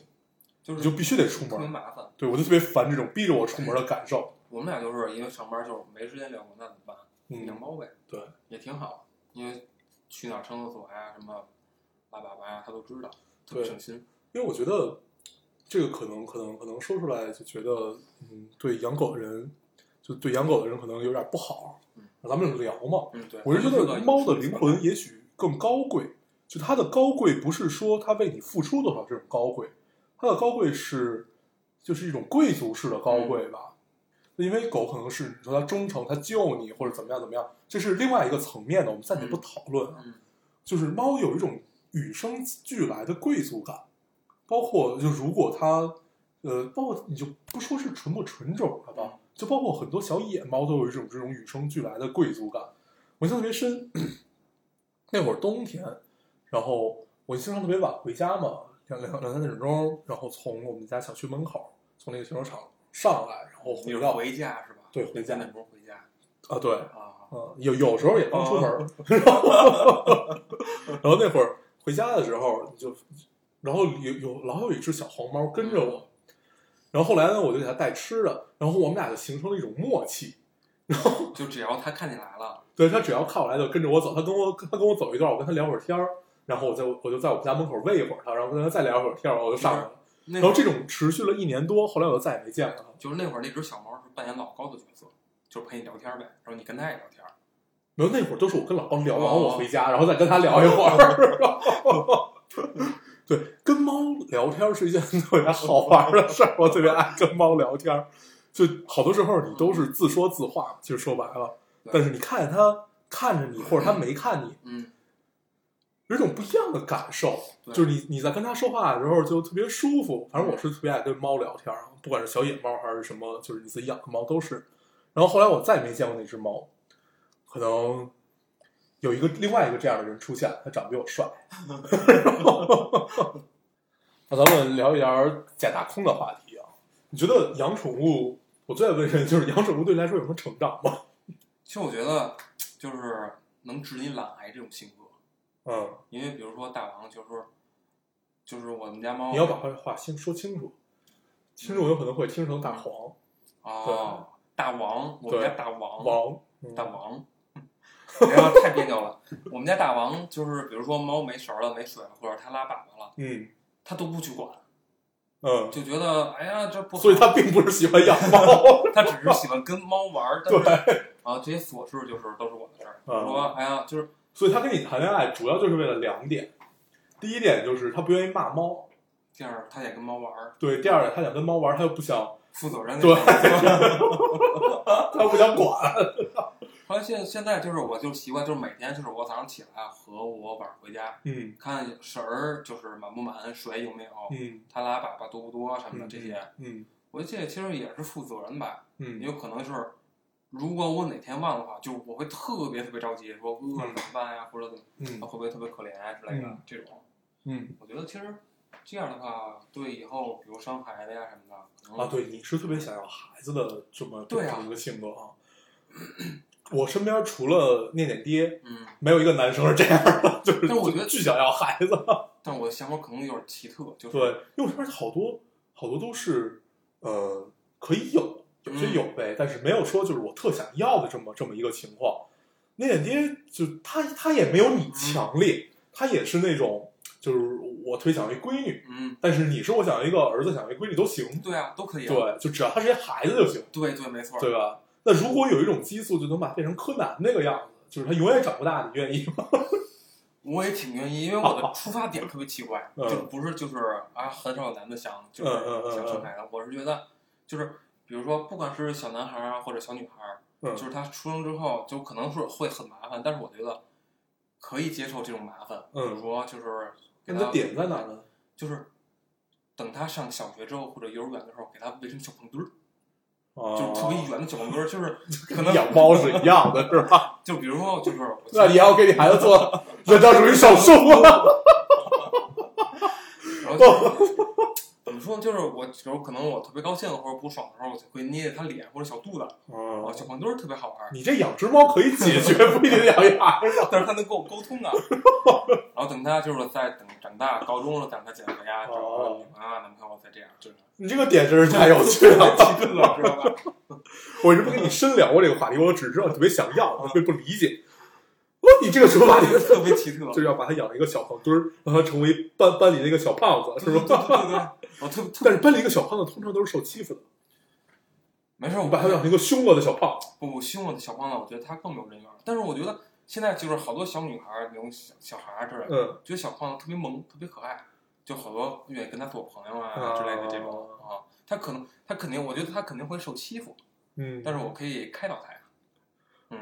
S4: 就是
S3: 你就必须得出
S4: 特别
S3: 门。
S4: 麻烦。
S3: 对我就特别烦这种逼着我出门的感受。
S4: 我们俩就是因为上班就是没时间遛狗，那怎么办？啊养
S3: 嗯，
S4: 猫呗，
S3: 对，
S4: 也挺好，因为去哪儿上厕所呀、什么拉粑粑呀，他都知道，特
S3: 对
S4: 别省心。
S3: 因为我觉得这个可能可能可能说出来就觉得，嗯，对养狗的人，就对养狗的人可能有点不好
S4: 嗯。
S3: 咱们聊嘛，
S4: 嗯，对，
S3: 我是觉
S4: 这个
S3: 得猫的灵魂也许更高贵，就它的高贵不是说它为你付出多少这种高贵，它的高贵是就是一种贵族式的高贵吧。
S4: 嗯
S3: 因为狗可能是你说它忠诚，它救你或者怎么样怎么样，这是另外一个层面的，我们暂且不讨论啊。
S4: 嗯，
S3: 就是猫有一种与生俱来的贵族感，包括就如果它，呃，包括你就不说是纯不纯种了
S4: 嗯
S3: 吧，就包括很多小野猫都有一种这种与生俱来的贵族感。我印象特别深， 那会儿冬天，然后我经常特别晚回家嘛，两两两三点钟，然后从我们家小区门口，从那个停车场上来，然后
S4: 你
S3: 回
S4: 是
S3: 到
S4: 回家是吧？
S3: 对回家
S4: 那不是回家
S3: 啊，对，
S4: 啊？
S3: 嗯，有有时候也刚出门儿，
S4: 哦
S3: 然后那会儿回家的时候就，然后有有老有一只小黄猫跟着
S4: 嗯
S3: 我，然后后来呢，我就给它带吃的，然后我们俩就形成了一种默契，
S4: 就只要他看见来了，
S3: 对它只要看我来就跟着我走，它跟我它跟我走一段，我跟它聊会儿天儿，然后我在我就在我们家门口喂一会儿它，然后跟它再聊会儿天儿，我就上来了，
S4: 那
S3: 然
S4: 会
S3: 后
S4: 儿
S3: 这种持续了一年多，后来我就再也没见过它。
S4: 就是那会儿那只小猫是扮演老高的角色，就是陪你聊天呗，然后你跟他也聊天。
S3: 没有，那会儿都是我跟老高聊完，
S4: 哦
S3: 我回家，然后再跟他聊一会儿。 对，跟猫聊天是一件特别好玩的事儿，我特别爱跟猫聊天儿。就好多时候你都是自说自话，其实说白了，
S4: 对
S3: 但是你看见它看着你，或者它没看你，
S4: 嗯，
S3: 有一种不一样的感受。
S4: 对
S3: 就是你你在跟它说话的时候就特别舒服。反正我是特别爱跟猫聊天儿，不管是小野猫还是什么，就是你自己养的猫都是。然后后来我再也没见过那只猫，可能有一个另外一个这样的人出现，他长得比我帅。 那咱们聊一聊假大空的话题啊，你觉得养宠物？我最爱问人就是养宠物对你来说有什么成长吗？
S4: 其实我觉得就是能治你懒癌这种性格，
S3: 嗯，
S4: 因为比如说大王就是就是我们家猫，
S3: 你要把话话先说清楚，听众有可能会听成大黄
S4: 哦，大王，我们
S3: 对
S4: 家大王，
S3: 王，嗯
S4: 大王， 然后太别扭了。我们家大王就是，比如说猫没食儿了、没水了，或者它拉粑粑了，
S3: 嗯
S4: 它都不去管，
S3: 嗯，
S4: 就觉得哎呀这不好，
S3: 所以他并不是喜欢养 猫。
S4: 它只是喜欢跟猫玩儿。但是啊，这些琐事就是都是我的事儿。
S3: 嗯
S4: 我说哎呀，就是
S3: 所以他跟你谈恋爱主要就是为了两点，第一点就是他不愿意骂猫，
S4: 这样，它也跟猫玩儿，
S3: 对；第二点他想跟猫玩，他又不想，
S4: 负责任。
S3: 对，他又不想管。
S4: 后来现现在就是，我就习惯，就是每天就是我早上起来和我晚上回家，
S3: 嗯
S4: 看食儿就是满不满，水有没有，
S3: 嗯
S4: 它拉粑粑多不多什么的
S3: 嗯
S4: 这些。
S3: 嗯
S4: 我觉得这其实也是负责任吧。也
S3: 嗯
S4: 有可能是，如果我哪天忘的话，就是我会特别特别着急，说饿了怎么办呀，或者怎么，
S3: 嗯
S4: 会不会特别可怜啊之类的、
S3: 嗯
S4: 这种。
S3: 嗯
S4: 我觉得其实这样的话，对以后比如生孩子呀什么的，可能
S3: 啊，对，你是特别想要孩子的这么
S4: 对啊
S3: 这么一个性格啊。我身边除了念念爹，
S4: 嗯，
S3: 没有一个男生是这样的，就是
S4: 但我觉得
S3: 巨想要孩子。
S4: 但我的想法可能有点奇特，就是
S3: 对，因为我身边好多好多都是，呃，可以有，有
S4: 嗯
S3: 些有呗，但是没有说就是我特想要的这么这么一个情
S4: 嗯
S3: 况。那点爹就他他也没有你强烈，他也是那种就是我特别想要一闺女，
S4: 嗯，
S3: 但是你说我想要一个儿子，想要一闺女都行，
S4: 对啊，都可以啊，
S3: 对，就只要他是一孩子就行，
S4: 对对没错，
S3: 对吧？那如果有一种激素就能把变成柯南那个样子，就是他永远长不大，你愿意吗？
S4: 我也挺愿意，因为我的出发点特别奇怪，
S3: 嗯
S4: 就不是就是啊，很少有男的想就
S3: 嗯嗯嗯
S4: 是想生孩子，我是觉得就是比如说，不管是小男孩儿啊或者小女孩儿，
S3: 嗯
S4: 就是他出生之后就可能是会很麻烦，但是我觉得可以接受这种麻烦，
S3: 嗯
S4: 比如说就是给
S3: 那你的
S4: 他
S3: 点在哪呢？
S4: 就是等他上小学之后或者幼儿园的时候，给他围成小胖墩儿，
S3: 啊，
S4: 就是特别圆的小胖墩 儿，就是可能
S3: 养猫是一样的，是吧？
S4: 就比如说就是我
S3: 那你要给你孩子 做人造手手 术吗？
S4: 然后就怎么说，就是我有时候可能我特别高兴或者不爽的时候，我就会捏着他脸或者小肚子，啊，
S3: 哦
S4: 小胖墩儿特别好玩儿，
S3: 你这养只猫可以解决，不一定养一孩子。
S4: 但是他能跟我沟 通啊。然后等他就是在等长大高中了，等他减肥啊，找个女朋友啊、男朋友再这样，真的
S3: 你这个点真是哦太有趣了，
S4: 太奇特了，知道吧？
S3: 我一直不跟你深聊过这个话题，我只知道你特别想要，我特别不理解。我说你这个出发点
S4: 特别奇特，
S3: 就是要把它养一个小胖墩儿，让它成为班班里那个小胖 子，是
S4: 对对
S3: 吧？
S4: 对对对，我特特
S3: 但是班里一个小胖子通常都是受欺负的，
S4: 没事，我
S3: 你把它养成一个凶恶的小胖子。
S4: 不，我凶我的小胖子，我觉得他更没有人缘儿。但是我觉得现在就是好多小女孩儿那种小小孩儿之类的，
S3: 嗯，
S4: 觉得小胖子特别萌，特别可爱，就好多愿意跟他做朋友
S3: 啊
S4: 啊之类的这种啊。他可能，他肯定，我觉得他肯定会受欺负，
S3: 嗯，
S4: 但是我可以开导他呀。嗯，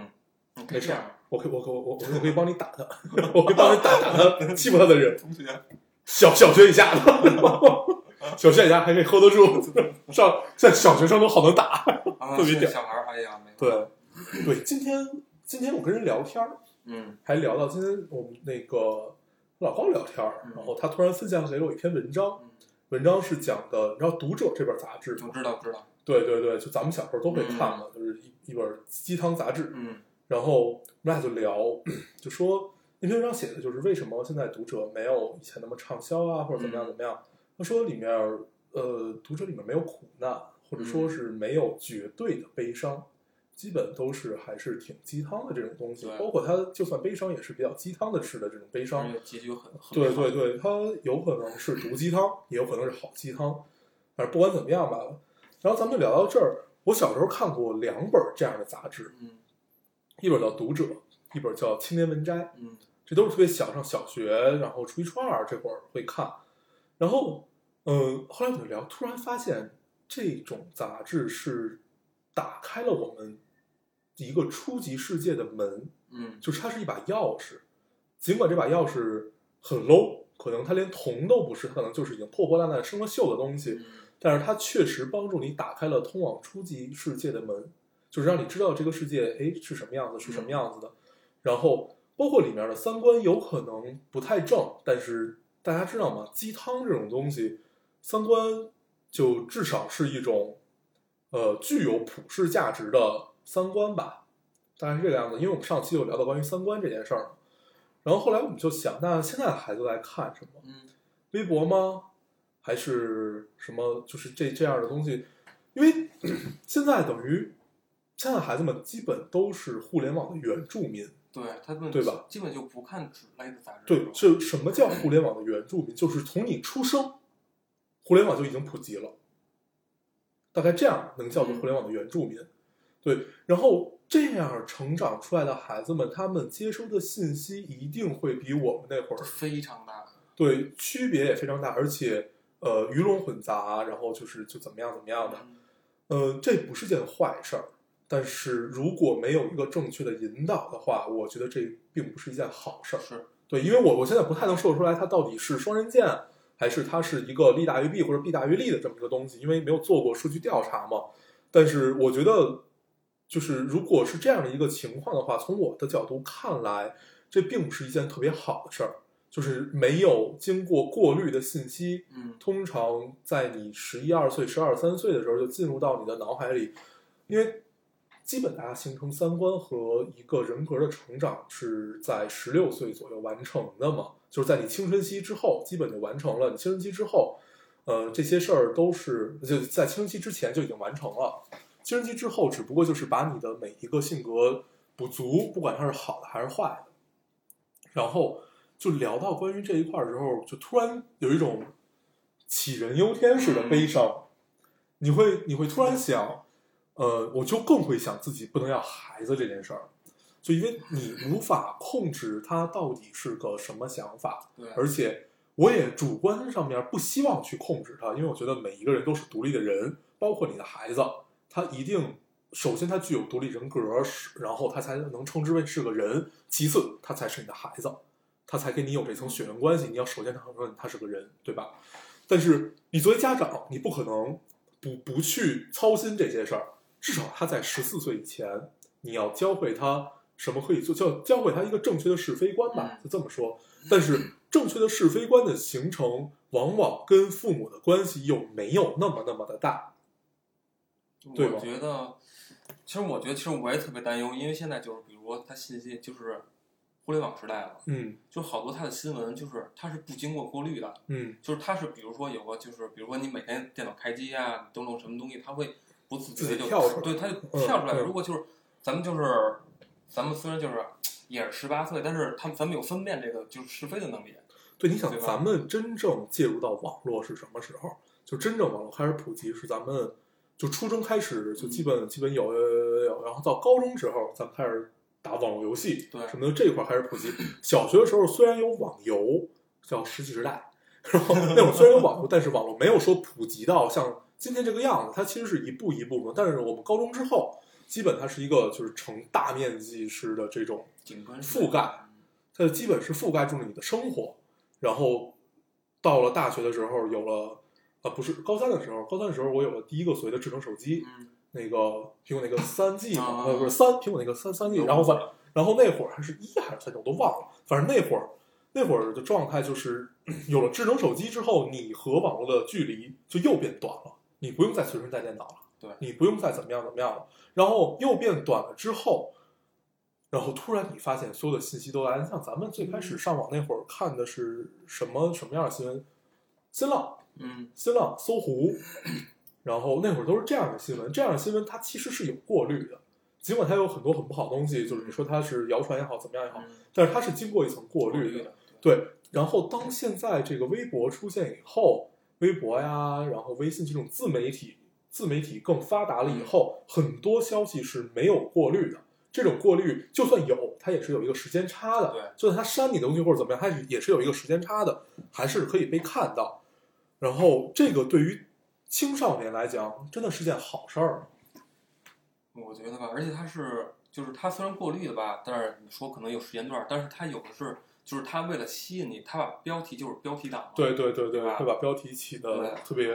S4: 你可
S3: 没
S4: 以
S3: 事
S4: 这
S3: 儿
S4: 样，
S3: 我可以，我可以我我我可以帮你打他， 我可以帮你打打他欺负他的人。
S4: 同学。
S3: 小小学以下的， 小学以下还可以 hold 得住，上在小学生都好能打。特
S4: 啊，
S3: 别
S4: 现在
S3: 屌
S4: 小孩儿，哎呀，没有。
S3: 对，对，今天今天我跟人聊天儿，
S4: 嗯
S3: 还聊到今天我们那个老高聊天儿
S4: 嗯，
S3: 然后他突然分享给我一篇文章，
S4: 嗯，
S3: 文章是讲的，你知道《读者》这本杂志吗？
S4: 我知道，我知道。
S3: 对对对，就咱们小时候都会看的，就是一一本鸡汤杂志。
S4: 嗯
S3: 然后我们俩就聊，就说那篇文章写的就是为什么现在读者没有以前那么畅销啊，或者怎么样
S4: 嗯
S3: 怎么样。他说里面呃，读者里面没有苦难，或者
S4: 嗯
S3: 说是没有绝对的悲伤，基本都是还是挺鸡汤的这种东西。
S4: 对
S3: 包括他就算悲伤也是比较鸡汤的式的这种悲伤。
S4: 而且结局很很
S3: 对
S4: 美好
S3: 对对，它有可能是毒鸡汤，也有可能是好鸡汤，反正不管怎么样吧。然后咱们就聊到这儿。我小时候看过两本这样的杂志，
S4: 嗯
S3: 一本叫《读者》，一本叫《青年文摘》，
S4: 嗯
S3: 这都是特别小，上小学，然后初一初二这会儿会看。然后，嗯，后来我们就聊，突然发现这种杂志是打开了我们一个初级世界的门，
S4: 嗯
S3: 就是它是一把钥匙，尽管这把钥匙很 low，可能它连铜都不是，它可能就是已经破破烂烂、生了锈的东西，
S4: 嗯
S3: 但是它确实帮助你打开了通往初级世界的门，就是让你知道这个世界哎是什么样子，是什么样子的。然后包括里面的三观有可能不太正，但是大家知道吗？鸡汤这种东西，三观就至少是一种呃具有普世价值的三观吧，大概是这个样子。因为我们上期有聊到关于三观这件事儿嘛，然后后来我们就想，那现在的孩子来看什么？
S4: 嗯
S3: 微博吗？还是什么？就是这这样的东西，因为 现在等于现在孩子们基本都是互联网的原住民。
S4: 对他们
S3: 对吧
S4: 基本就不看纸类的杂志。
S3: 对，这什么叫互联网的原住民？就是从你出生，互联网就已经普及了，大概这样能叫做互联网的原住民。对，然后这样成长出来的孩子们，他们接收的信息一定会比我们那会儿
S4: 非常大。
S3: 对，区别也非常大，而且呃鱼龙混杂，然后就是就怎么样怎么样的，
S4: 嗯
S3: 呃，这不是件坏事儿，但是如果没有一个正确的引导的话，我觉得这并不是一件好事儿。
S4: 是，
S3: 对，因为我我现在不太能说得出来，它到底是双刃剑，还是它是一个利大于弊或者弊大于利的这么一个东西，因为没有做过数据调查嘛。但是我觉得，就是如果是这样的一个情况的话，从我的角度看来，这并不是一件特别好的事儿，就是没有经过过滤的信息
S4: 嗯
S3: 通常在你十一二岁、十二三岁的时候就进入到你的脑海里，因为基本大家形成三观和一个人格的成长是在十六岁左右完成的嘛，就是在你青春期之后，基本就完成了。你青春期之后，呃，这些事儿都是就在青春期之前就已经完成了。青春期之后，只不过就是把你的每一个性格补足，不管它是好的还是坏的，然后就聊到关于这一块儿的时候，就突然有一种杞人忧天似的悲伤。你会你会突然想，呃，我就更会想自己不能要孩子这件事儿，就因为你无法控制他到底是个什么想法，
S4: 对，
S3: 而且我也主观上面不希望去控制他，因为我觉得每一个人都是独立的人，包括你的孩子，他一定首先他具有独立人格，是然后他才能称之为是个人，其次他才是你的孩子，他才跟你有这层血缘关系，你要首先承认他是个人，对吧？但是你作为家长，你不可能不不去操心这些事儿，至少他在十四岁以前，你要教会他什么可以做，教教会他一个正确的是非观吧，就这么说。但是正确的是非观的形成，往往跟父母的关系又没有那么那么的大。对吧
S4: 我觉得，其实我觉得，其实我也特别担忧，因为现在就是，比如说他信息就是互联网时代了，
S3: 嗯
S4: 就好多他的新闻就是他是不经过过滤的，
S3: 嗯，
S4: 就是他是比如说有个就是比如说你每天电脑开机啊，登录什么东西，他会不自
S3: 自
S4: 觉
S3: 己
S4: 就
S3: 跳出来
S4: 对，他就
S3: 嗯
S4: 跳出来。
S3: 嗯
S4: 如果就是咱们就是咱们虽然就是也是十八岁，但是他们咱们有分辨这个就是是非的能力，
S3: 对，你想
S4: 对吧
S3: 咱们真正介入到网络是什么时候？就真正网络开始普及是咱们就初中开始就
S4: 嗯
S3: 基本、基本有有有有，然后到高中之后咱们开始打网络游戏，
S4: 对
S3: 什么的这块儿开始普及。小学的时候虽然有网游，叫石器时代，然 后那会儿虽然有网络，但是网络没有说普及到像今天这个样子，它其实是一步一步的。但是我们高中之后，基本它是一个就是成大面积式的这种
S4: 景观
S3: 覆盖，它基本是覆盖住了你的生活。然后到了大学的时候，有了啊，不是高三的时候，高三的时候我有了第一个所谓的智能手机，
S4: 嗯，
S3: 那个苹果那个三 G 嘛，
S4: 啊
S3: 呃，不是三，苹果那个三三 G，然后反然后那会儿还是一还是三 G，我都忘了，反正那会儿那会儿的状态就是有了智能手机之后，你和网络的距离就又变短了，你不用再随身带电脑了，
S4: 对
S3: 你不用再怎么样怎么样了，然后又变短了之后。然后突然，你发现所有的信息都来了。像咱们最开
S4: 嗯
S3: 始上网那会儿看的是什么什么样的新闻？新浪，
S4: 嗯，
S3: 新浪、搜狐，然后那会儿都是这样的新闻。这样的新闻它其实是有过滤的，尽管它有很多很不好的东西，就是你说它是谣传也好，怎么样也好，
S4: 嗯
S3: 但是它是经过一层过滤的。，对，然后当现在这个微博出现以后，微博呀，然后微信这种自媒体，自媒体更发达了以后，很多消息是没有过滤的。这种过滤就算有，它也是有一个时间差的。
S4: 对
S3: 就算它删你东西或者怎么样，它也也是有一个时间差的，还是可以被看到。然后这个对于青少年来讲，真的是件好事儿。
S4: 我觉得吧，而且它是，就是它虽然过滤的吧，但是你说可能有时间段儿，但是它有的是，就是它为了吸引你，它把标题就是标题党嘛，
S3: 对对对对，
S4: 吧
S3: 会把标题起的
S4: 对
S3: 特别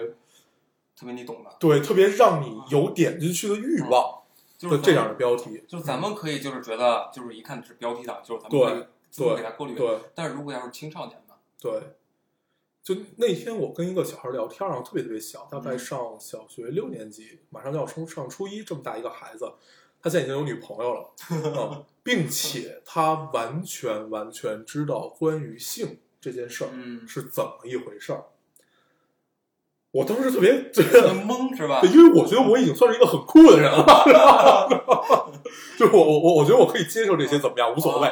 S4: 特别你懂的，
S3: 对，特别让你有点进去的欲望
S4: 就是
S3: 的
S4: 咱
S3: 这样的，标题。
S4: 就是咱们可以就是觉得，就是一看是标题党，就是咱
S3: 对
S4: 们可以自动给它过滤，
S3: 对，
S4: 但是如果要是青少年呢，
S3: 对，就那天我跟一个小孩聊天儿啊，特别特别小，大概上小学六年级，马上就要升上初一，这么大一个孩子，他现在已经有女朋友了，嗯，并且他完全完全知道关于性这件事儿
S4: 嗯，
S3: 是怎么一回事儿。我当时特别觉
S4: 特
S3: 得
S4: 别懵是吧？
S3: 对， 因为我觉得我已经算是一个很酷的人了， 就是我我我我觉得我可以接受这些怎么样无所谓，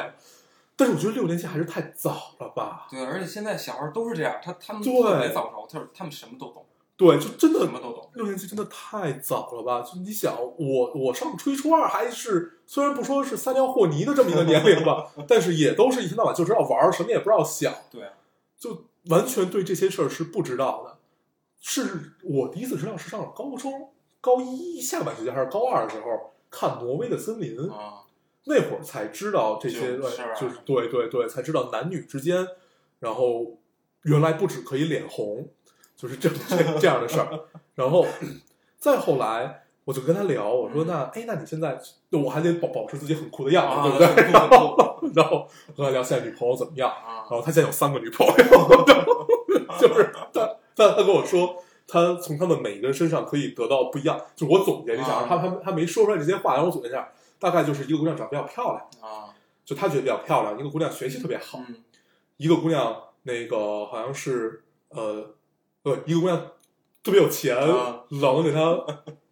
S3: 但是我觉得六年级还是太早了吧。
S4: 对，而且现在小孩儿都是这样，他他们
S3: 对
S4: 特别早熟，就是他们什么都懂，
S3: 对，就真的
S4: 什么都懂，
S3: 六年级真的太早了吧？就你想，我我上初一初二还是虽然不说是撒尿和泥的这么一个年龄吧，但是也都是一天到晚就知道玩儿，什么也不知道想，
S4: 对，
S3: 就完全对这些事儿是不知道的。是我第一次知道是上了高中高一下半学期还是高二的时候看《挪威的森林》
S4: 啊，
S3: 那会儿才知道这些，
S4: 这种事儿啊
S3: 就是对对对，才知道男女之间，然后原来不只可以脸红，就是这这这样的事儿。然后再后来，我就跟他聊，我说
S4: 嗯
S3: 那哎，那你现在我还得保保持自己很酷的样
S4: 啊
S3: 子，对不对？
S4: 对对对
S3: 然后和他聊现在女朋友怎么样，
S4: 啊
S3: 然，后他现在有三个女朋友， 然后就是他他他跟我说，他从他们每个人身上可以得到不一样。就我总结一下，
S4: 啊
S3: 他他他没说出来这些话，然后我总结一下，大概就是一个姑娘长得比较漂亮，
S4: 啊，
S3: 就他觉得比较漂亮；一个姑娘学习特别好，
S4: 嗯，
S3: 一个姑娘那个好像是呃，对，一个姑娘特别有钱，
S4: 啊
S3: 老能给 她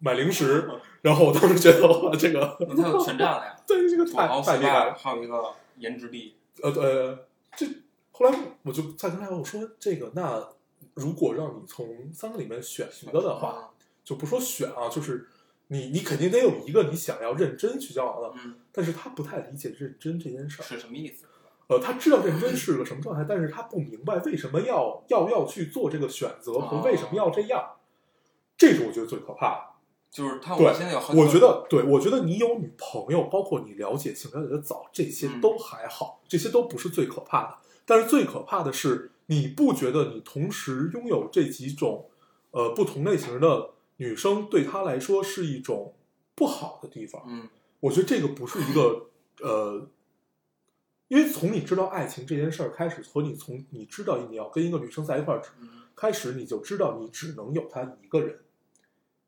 S3: 买零食。然后我当时觉得哇，这个
S4: 那嗯他有
S3: ，
S4: 全占了呀
S3: 对这个
S4: 土豪
S3: 太太
S4: 学
S3: 厉害了
S4: 霸，。还有一个颜值帝，
S3: 呃呃，这后来我就在跟他我说这个，那如果让你从三个里面选一个的话，
S4: 啊，
S3: 就不说选啊，就是你你肯定得有一个你想要认真去交往的，
S4: 嗯，
S3: 但是他不太理解认真这件事儿。
S4: 是什么意思？
S3: 呃，他知道认真是个什么状态，但是他不明白为什么要要要去做这个选择和
S4: 哦
S3: 为什么要这样，这是我觉得最可怕的。
S4: 就是他，
S3: 对
S4: 我现在有好几个，
S3: 我觉得，对我觉得你有女朋友，包括你了解性了解的早，这些
S4: 嗯
S3: 都还好，这些都不是最可怕的。但是最可怕的是，你不觉得你同时拥有这几种，呃，不同类型的女生，对她来说是一种不好的地方。
S4: 嗯
S3: 我觉得这个不是一个呃，因为从你知道爱情这件事儿开始，和你从你知道你要跟一个女生在一块儿
S4: 嗯
S3: 开始，你就知道你只能有她一个人。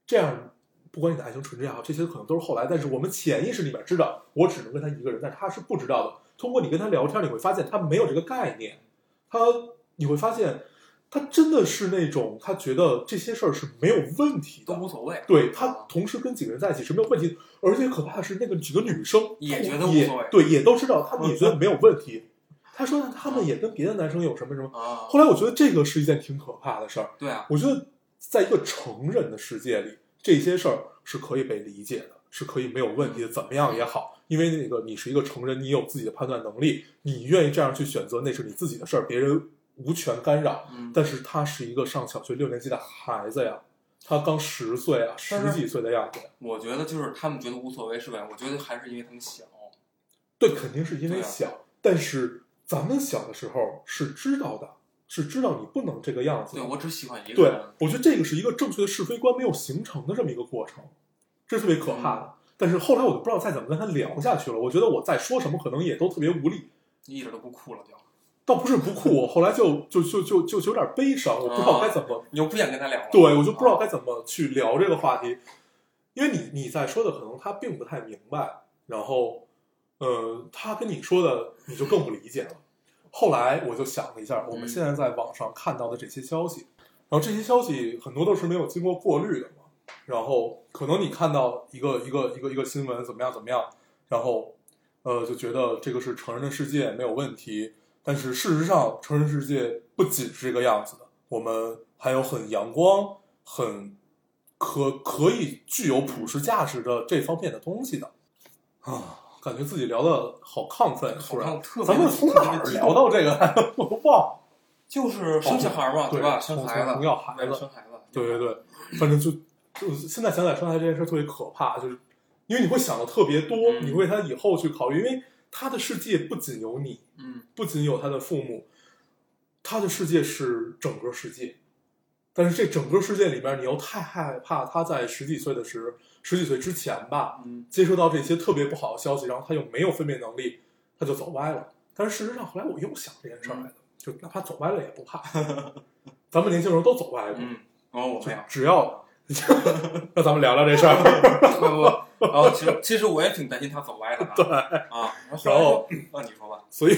S3: 这样，不管你的爱情纯真也好，这些可能都是后来，但是我们潜意识里面知道，我只能跟她一个人，但是她是不知道的。通过你跟她聊天，你会发现她没有这个概念，她你会发现。她真的是那种，她觉得这些事儿是没有问题的
S4: 都，无所谓，
S3: 对他
S4: 啊
S3: 同时跟几个人在一起是没有问题的，而且可怕的是那个几个女生
S4: 也觉得无
S3: 也
S4: 所谓
S3: 对，也都知道，他们也觉得没有问题。他说他们也跟别的男生有什么什么。
S4: 啊，
S3: 后来我觉得这个是一件挺可怕的事儿。
S4: 对啊，
S3: 我觉得在一个成人的世界里，这些事儿是可以被理解的，是可以没有问题的，怎么样也好，因为那个你是一个成人，你有自己的判断能力，你愿意这样去选择，那是你自己的事儿，别人无权干扰。
S4: 嗯，
S3: 但是他是一个上小学六年级的孩子呀，他刚十岁啊，
S4: 但
S3: 十
S4: 是
S3: 几岁的样子呀。
S4: 我觉得就是他们觉得无所谓是吧？我觉得还是因为他们小，
S3: 对，肯定是因为
S4: 对啊
S3: 小，但是咱们小的时候是知道的，是知道你不能这个样子
S4: 对
S3: 的。
S4: 我只喜欢一个
S3: 对
S4: 人，，
S3: 我觉得这个是一个正确的是非观没有形成的这么一个过程，这是特别可怕
S4: 嗯
S3: 的。但是后来我就不知道再怎么跟他聊下去了，我觉得我在说什么可能也都特别无力，
S4: 一点都不酷了就，
S3: 倒不是不酷，我后来就就就就就有点悲伤，我不知
S4: 啊
S3: 道该怎么
S4: 你就不想跟他聊了，啊
S3: 对，我就不知道该怎么去聊这个话题，因为你你在说的可能他并不太明白，然后，呃，他跟你说的你就更不理解了。后来我就想了一下，我们
S4: 嗯
S3: 现在在网上看到的这些消息，然后这些消息很多都是没有经过过滤的嘛，然后可能你看到一个一个一个一个新闻怎么样怎么样，然后，呃，就觉得这个是成人的世界没有问题，但是事实上，成人世界不仅是这个样子的，我们还有很阳光、很可可以具有普世价值的这方面的东西的。啊，感觉自己聊的好亢奋，啊突
S4: 好
S3: 然
S4: 像，特别
S3: 咱们从哪儿聊到这个来了？我都忘了。
S4: 就是生小孩嘛，
S3: 对
S4: 吧？
S3: 从
S4: 生孩
S3: 从
S4: 子，
S3: 要孩子
S4: 为了生孩子，
S3: 对对对，反正就就现在想起来生孩子这件事特别可怕，就是因为你会想的特别多，
S4: 嗯
S3: 你会为他以后去考虑，因为他的世界不仅有你，
S4: 嗯，
S3: 不仅有他的父母，他的世界是整个世界。但是这整个世界里边，你又太害怕他在十几岁的时，十几岁之前吧，
S4: 嗯，
S3: 接收到这些特别不好的消息，然后他又没有分辨能力，他就走歪了。但是事实上，后来我又想这件事儿来的，就哪怕走歪了也不怕， 咱们年轻时候都走歪过，
S4: 嗯，然后我
S3: 就
S4: 没有。
S3: 只要 那咱们聊聊这事儿，
S4: 不不，然后其实其实我也挺担心他走歪的啊。对 啊，然后后来说啊，你说吧，
S3: 所以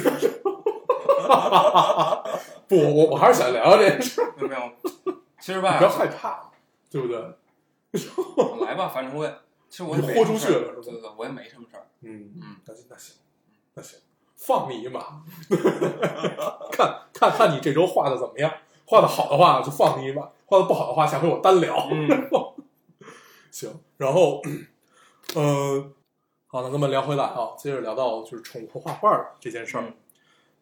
S3: 不，我我还是想聊聊这件事儿，
S4: 有没有？其实
S3: 你不要
S4: 吧，
S3: 害怕，对不对？
S4: 来吧，反正我也，其实我也
S3: 你
S4: 没
S3: 豁
S4: 什么
S3: 出
S4: 事
S3: 去
S4: 儿
S3: 了是吧
S4: 对对对，我也没什么事儿。
S3: 嗯
S4: 嗯，
S3: 那行那行那行，放你一马， 看看看你这周画的怎么样，画的好的话就放你一马，画的不好的话下回我单聊。
S4: 嗯，
S3: 行，然后，呃，好，那咱们聊回来啊，接着聊到就是宠物画画这件事儿。
S4: 嗯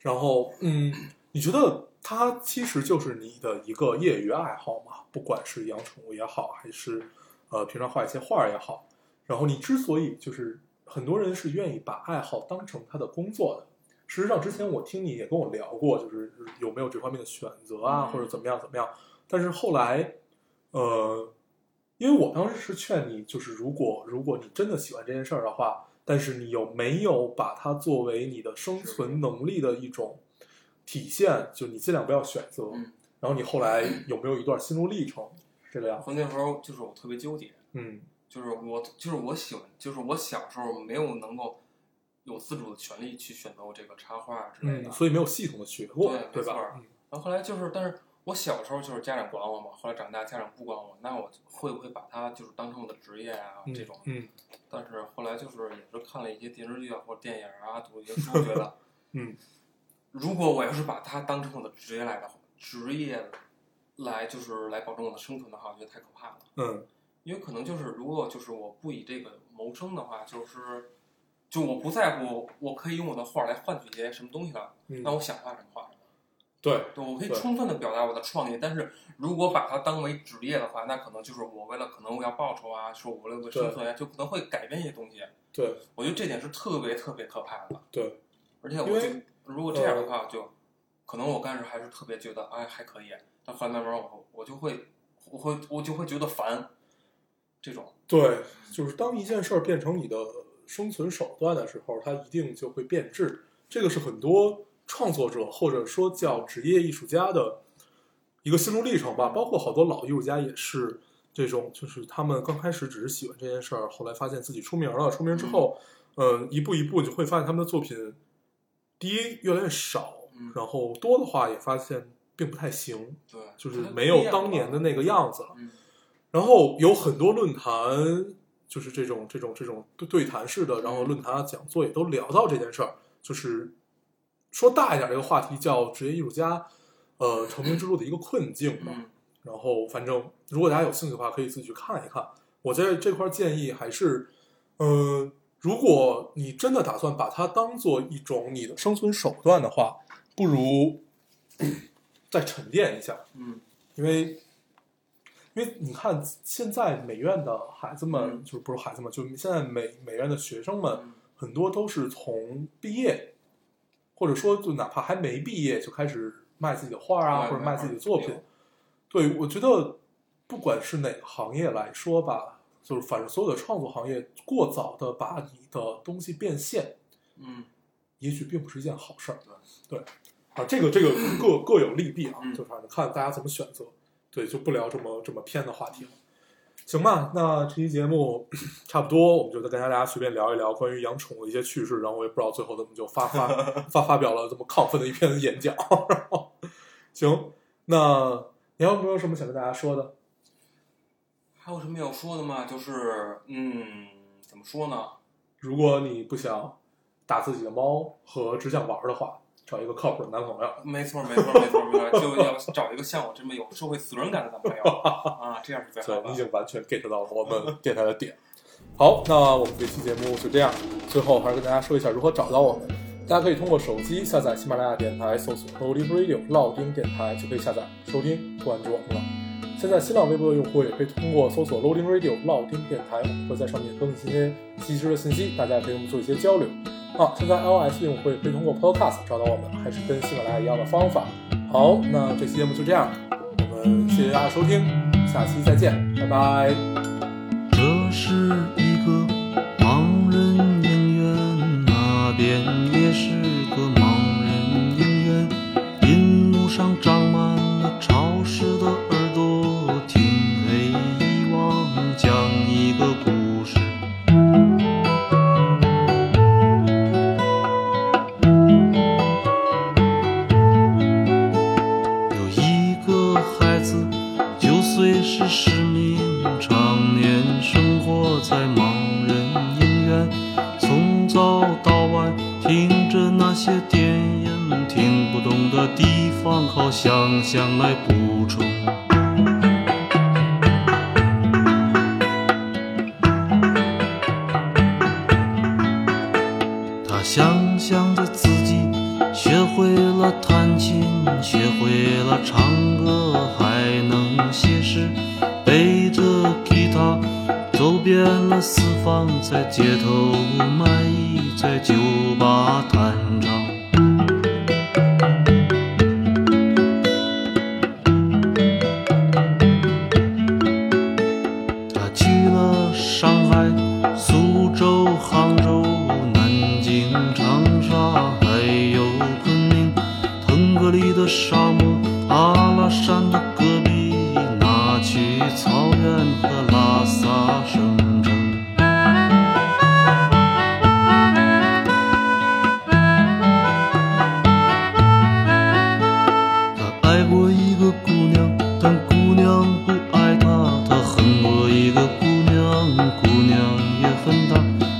S3: 然后，嗯，你觉得它其实就是你的一个业余爱好嘛？不管是养宠物也好，还是呃平常画一些画儿也好，然后你之所以就是很多人是愿意把爱好当成他的工作的。事实上，之前我听你也跟我聊过，就是有没有这方面的选择啊，
S4: 嗯
S3: 或者怎么样怎么样。但是后来，呃，因为我当时是劝你，就是如果如果你真的喜欢这件事儿的话，但是你有没有把它作为你的生存能力的一种体现，就你尽量不要选择。
S4: 嗯
S3: 然后你后 来有没有一段心路历程？是这个样
S4: 然
S3: 子。
S4: 后那时候就是我特别纠结，
S3: 嗯
S4: 就是我就是我喜欢，就是我小时候没有能够有自主的权利去选择我这个插画之类的。
S3: 嗯，所以没有系统的学过，
S4: 对
S3: 对
S4: 没错
S3: 吧
S4: 儿？
S3: 嗯
S4: 然后后来就是，但是我小时候就是家长管我嘛，后来长大家长不管我，那我会不会把它就是当成我的职业啊
S3: 嗯
S4: 这种？
S3: 嗯
S4: 但 是后来就是也是看了一些电视剧啊或者电影啊，读一些书，觉得
S3: 嗯
S4: 如果我要是把它当成我的职业来的话，职业来就是来保证我的生存的话，我觉得太可怕了。
S3: 嗯
S4: 因为可能就是如果就是我不以这个谋生的话，就是就我不在乎，我可以用我的画来换取一些什么东西了。那
S3: 嗯，
S4: 我想画什么画什么，
S3: 对，
S4: 对我可以
S3: 对
S4: 充分的表达我的创意。但是如果把它当为职业的话，那可能就是我为了可能我要报酬啊，说我为了生存啊，就可能会改变一些东西。
S3: 对，
S4: 我觉得这点是特别特别可怕的。
S3: 对，
S4: 而且我
S3: 因为呃
S4: 就如果这样的话，就可能我刚开始还是特别觉得哎还可以，但后来慢慢我我就会我会我就会觉得烦，这种
S3: 对，就是当一件事儿变成你的生存手段的时候，它一定就会变质。这个是很多创作者或者说叫职业艺术家的一个心路历程吧。包括好多老艺术家也是这种，就是他们刚开始只是喜欢这件事儿，后来发现自己出名了，出名之后，嗯、一步一步你就会发现他们的作品，第一越来越少
S4: 嗯，
S3: 然后多的话也发现并不太行，
S4: 对，
S3: 就是没有当年的那个样子了。
S4: 嗯
S3: 然后有很多论坛，就是这种这种这种对对谈式的，然后论坛啊讲座也都聊到这件事儿，就是说大一点，这个话题叫职业艺术家，呃，成名之路的一个困境吧。
S4: 嗯
S3: 然后反正如果大家有兴趣的话，可以自己去看一看。我在这块儿建议还是，呃，如果你真的打算把它当做一种你的生存手段的话，不如 再沉淀一下，
S4: 嗯
S3: 因为因为你看现在美院的孩子们，
S4: 嗯
S3: 就是不是孩子们，就是现在美美院的学生们，
S4: 嗯
S3: 很多都是从毕业，或者说就哪怕还没毕业就开始卖自己的画啊，
S4: 对
S3: 或者卖自己的
S4: 卖画
S3: 作品
S4: 对。
S3: 对，我觉得不管是哪个行业来说吧，就是反正所有的创作行业，过早的把你的东西变现，
S4: 嗯
S3: 也许并不是一件好事儿。对，啊，这个这个各各有利弊啊，
S4: 嗯
S3: 就反正看大家怎么选择。对，就不聊这么这么偏的话题了。行吧，那这期节目 差不多，我们就再跟大家随便聊一聊关于养宠物的一些趣事。然后我也不知道最后怎么就发发发发表了这么亢奋的一篇演讲。 然后，行，那你还有没有什么想跟大家说的？
S4: 还有什么要说的吗？就是嗯，怎么说呢？
S3: 如果你不想打自己的猫和只想玩的话，找一个靠谱的男朋友。
S4: 没错没错没错没错，就要找一个像我这么有社会责任感的男朋友啊，这样是最 好
S3: 对，你已
S4: 的。
S3: 经完全 get 到了我 们电台的点。好，那我们这期节目就这样。最后还是跟大家说一下如何找到我们。大家可以通过手机下载喜马拉雅电台，搜索 Loading Radio 老丁电台就可以下载收听，关注我们了。现在新浪微博的用户也可以通过搜索 Loading Radio 老丁电台，我们会在上面更新一些及时的信息，大家也可以跟我们做一些交流。啊，现在 iOS 用户也可以通过 Podcast 找到我们，还是跟喜马拉雅一样的方法。好，那这期节目就这样，我们谢谢大家收听，下期再见，拜拜。
S5: 这是一个盲人影院，那边也是个盲人影院。银幕上长满了潮湿的耳朵，听黑遗忘讲一个故事。有一个孩子，九岁是失明，常年生活在盲人影院，从早到晚听着那些电影，听不懂的地方靠想象来补充。他想象着自己学会了弹琴，学会了唱歌，还能写诗，背着吉他走遍了四方，在街头卖艺，在酒吧弹唱。他去了上海、苏州、杭州、南京、长沙，还有昆明、腾格里的沙漠、阿拉善的戈壁，拿去草原和拉萨圣城。他爱过一个姑娘，但姑娘不爱他；他恨过一个姑娘，姑娘也恨他。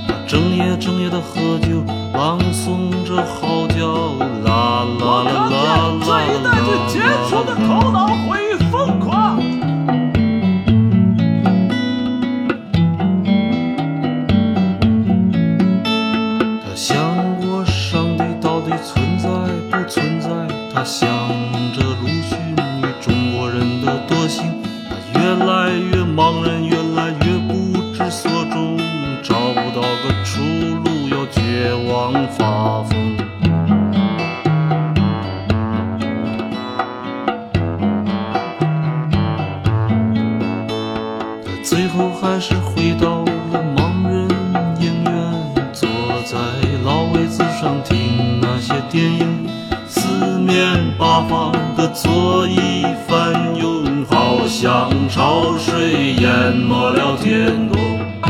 S5: 他整夜整夜的喝酒，朗诵着嚎叫，啦啦啦啦啦啦
S6: 这一代最杰出的头脑毁于疯狂。
S5: 他想过上帝到底存在不存在？他想着鲁迅与中国人的惰性，他越来越茫然，越来越不知所终，找不到个出路，要绝望发疯。他最后还是回到了盲人影院，坐在老位子上听那些电影，四面八方的左翼翻涌，好像潮水淹没了天空。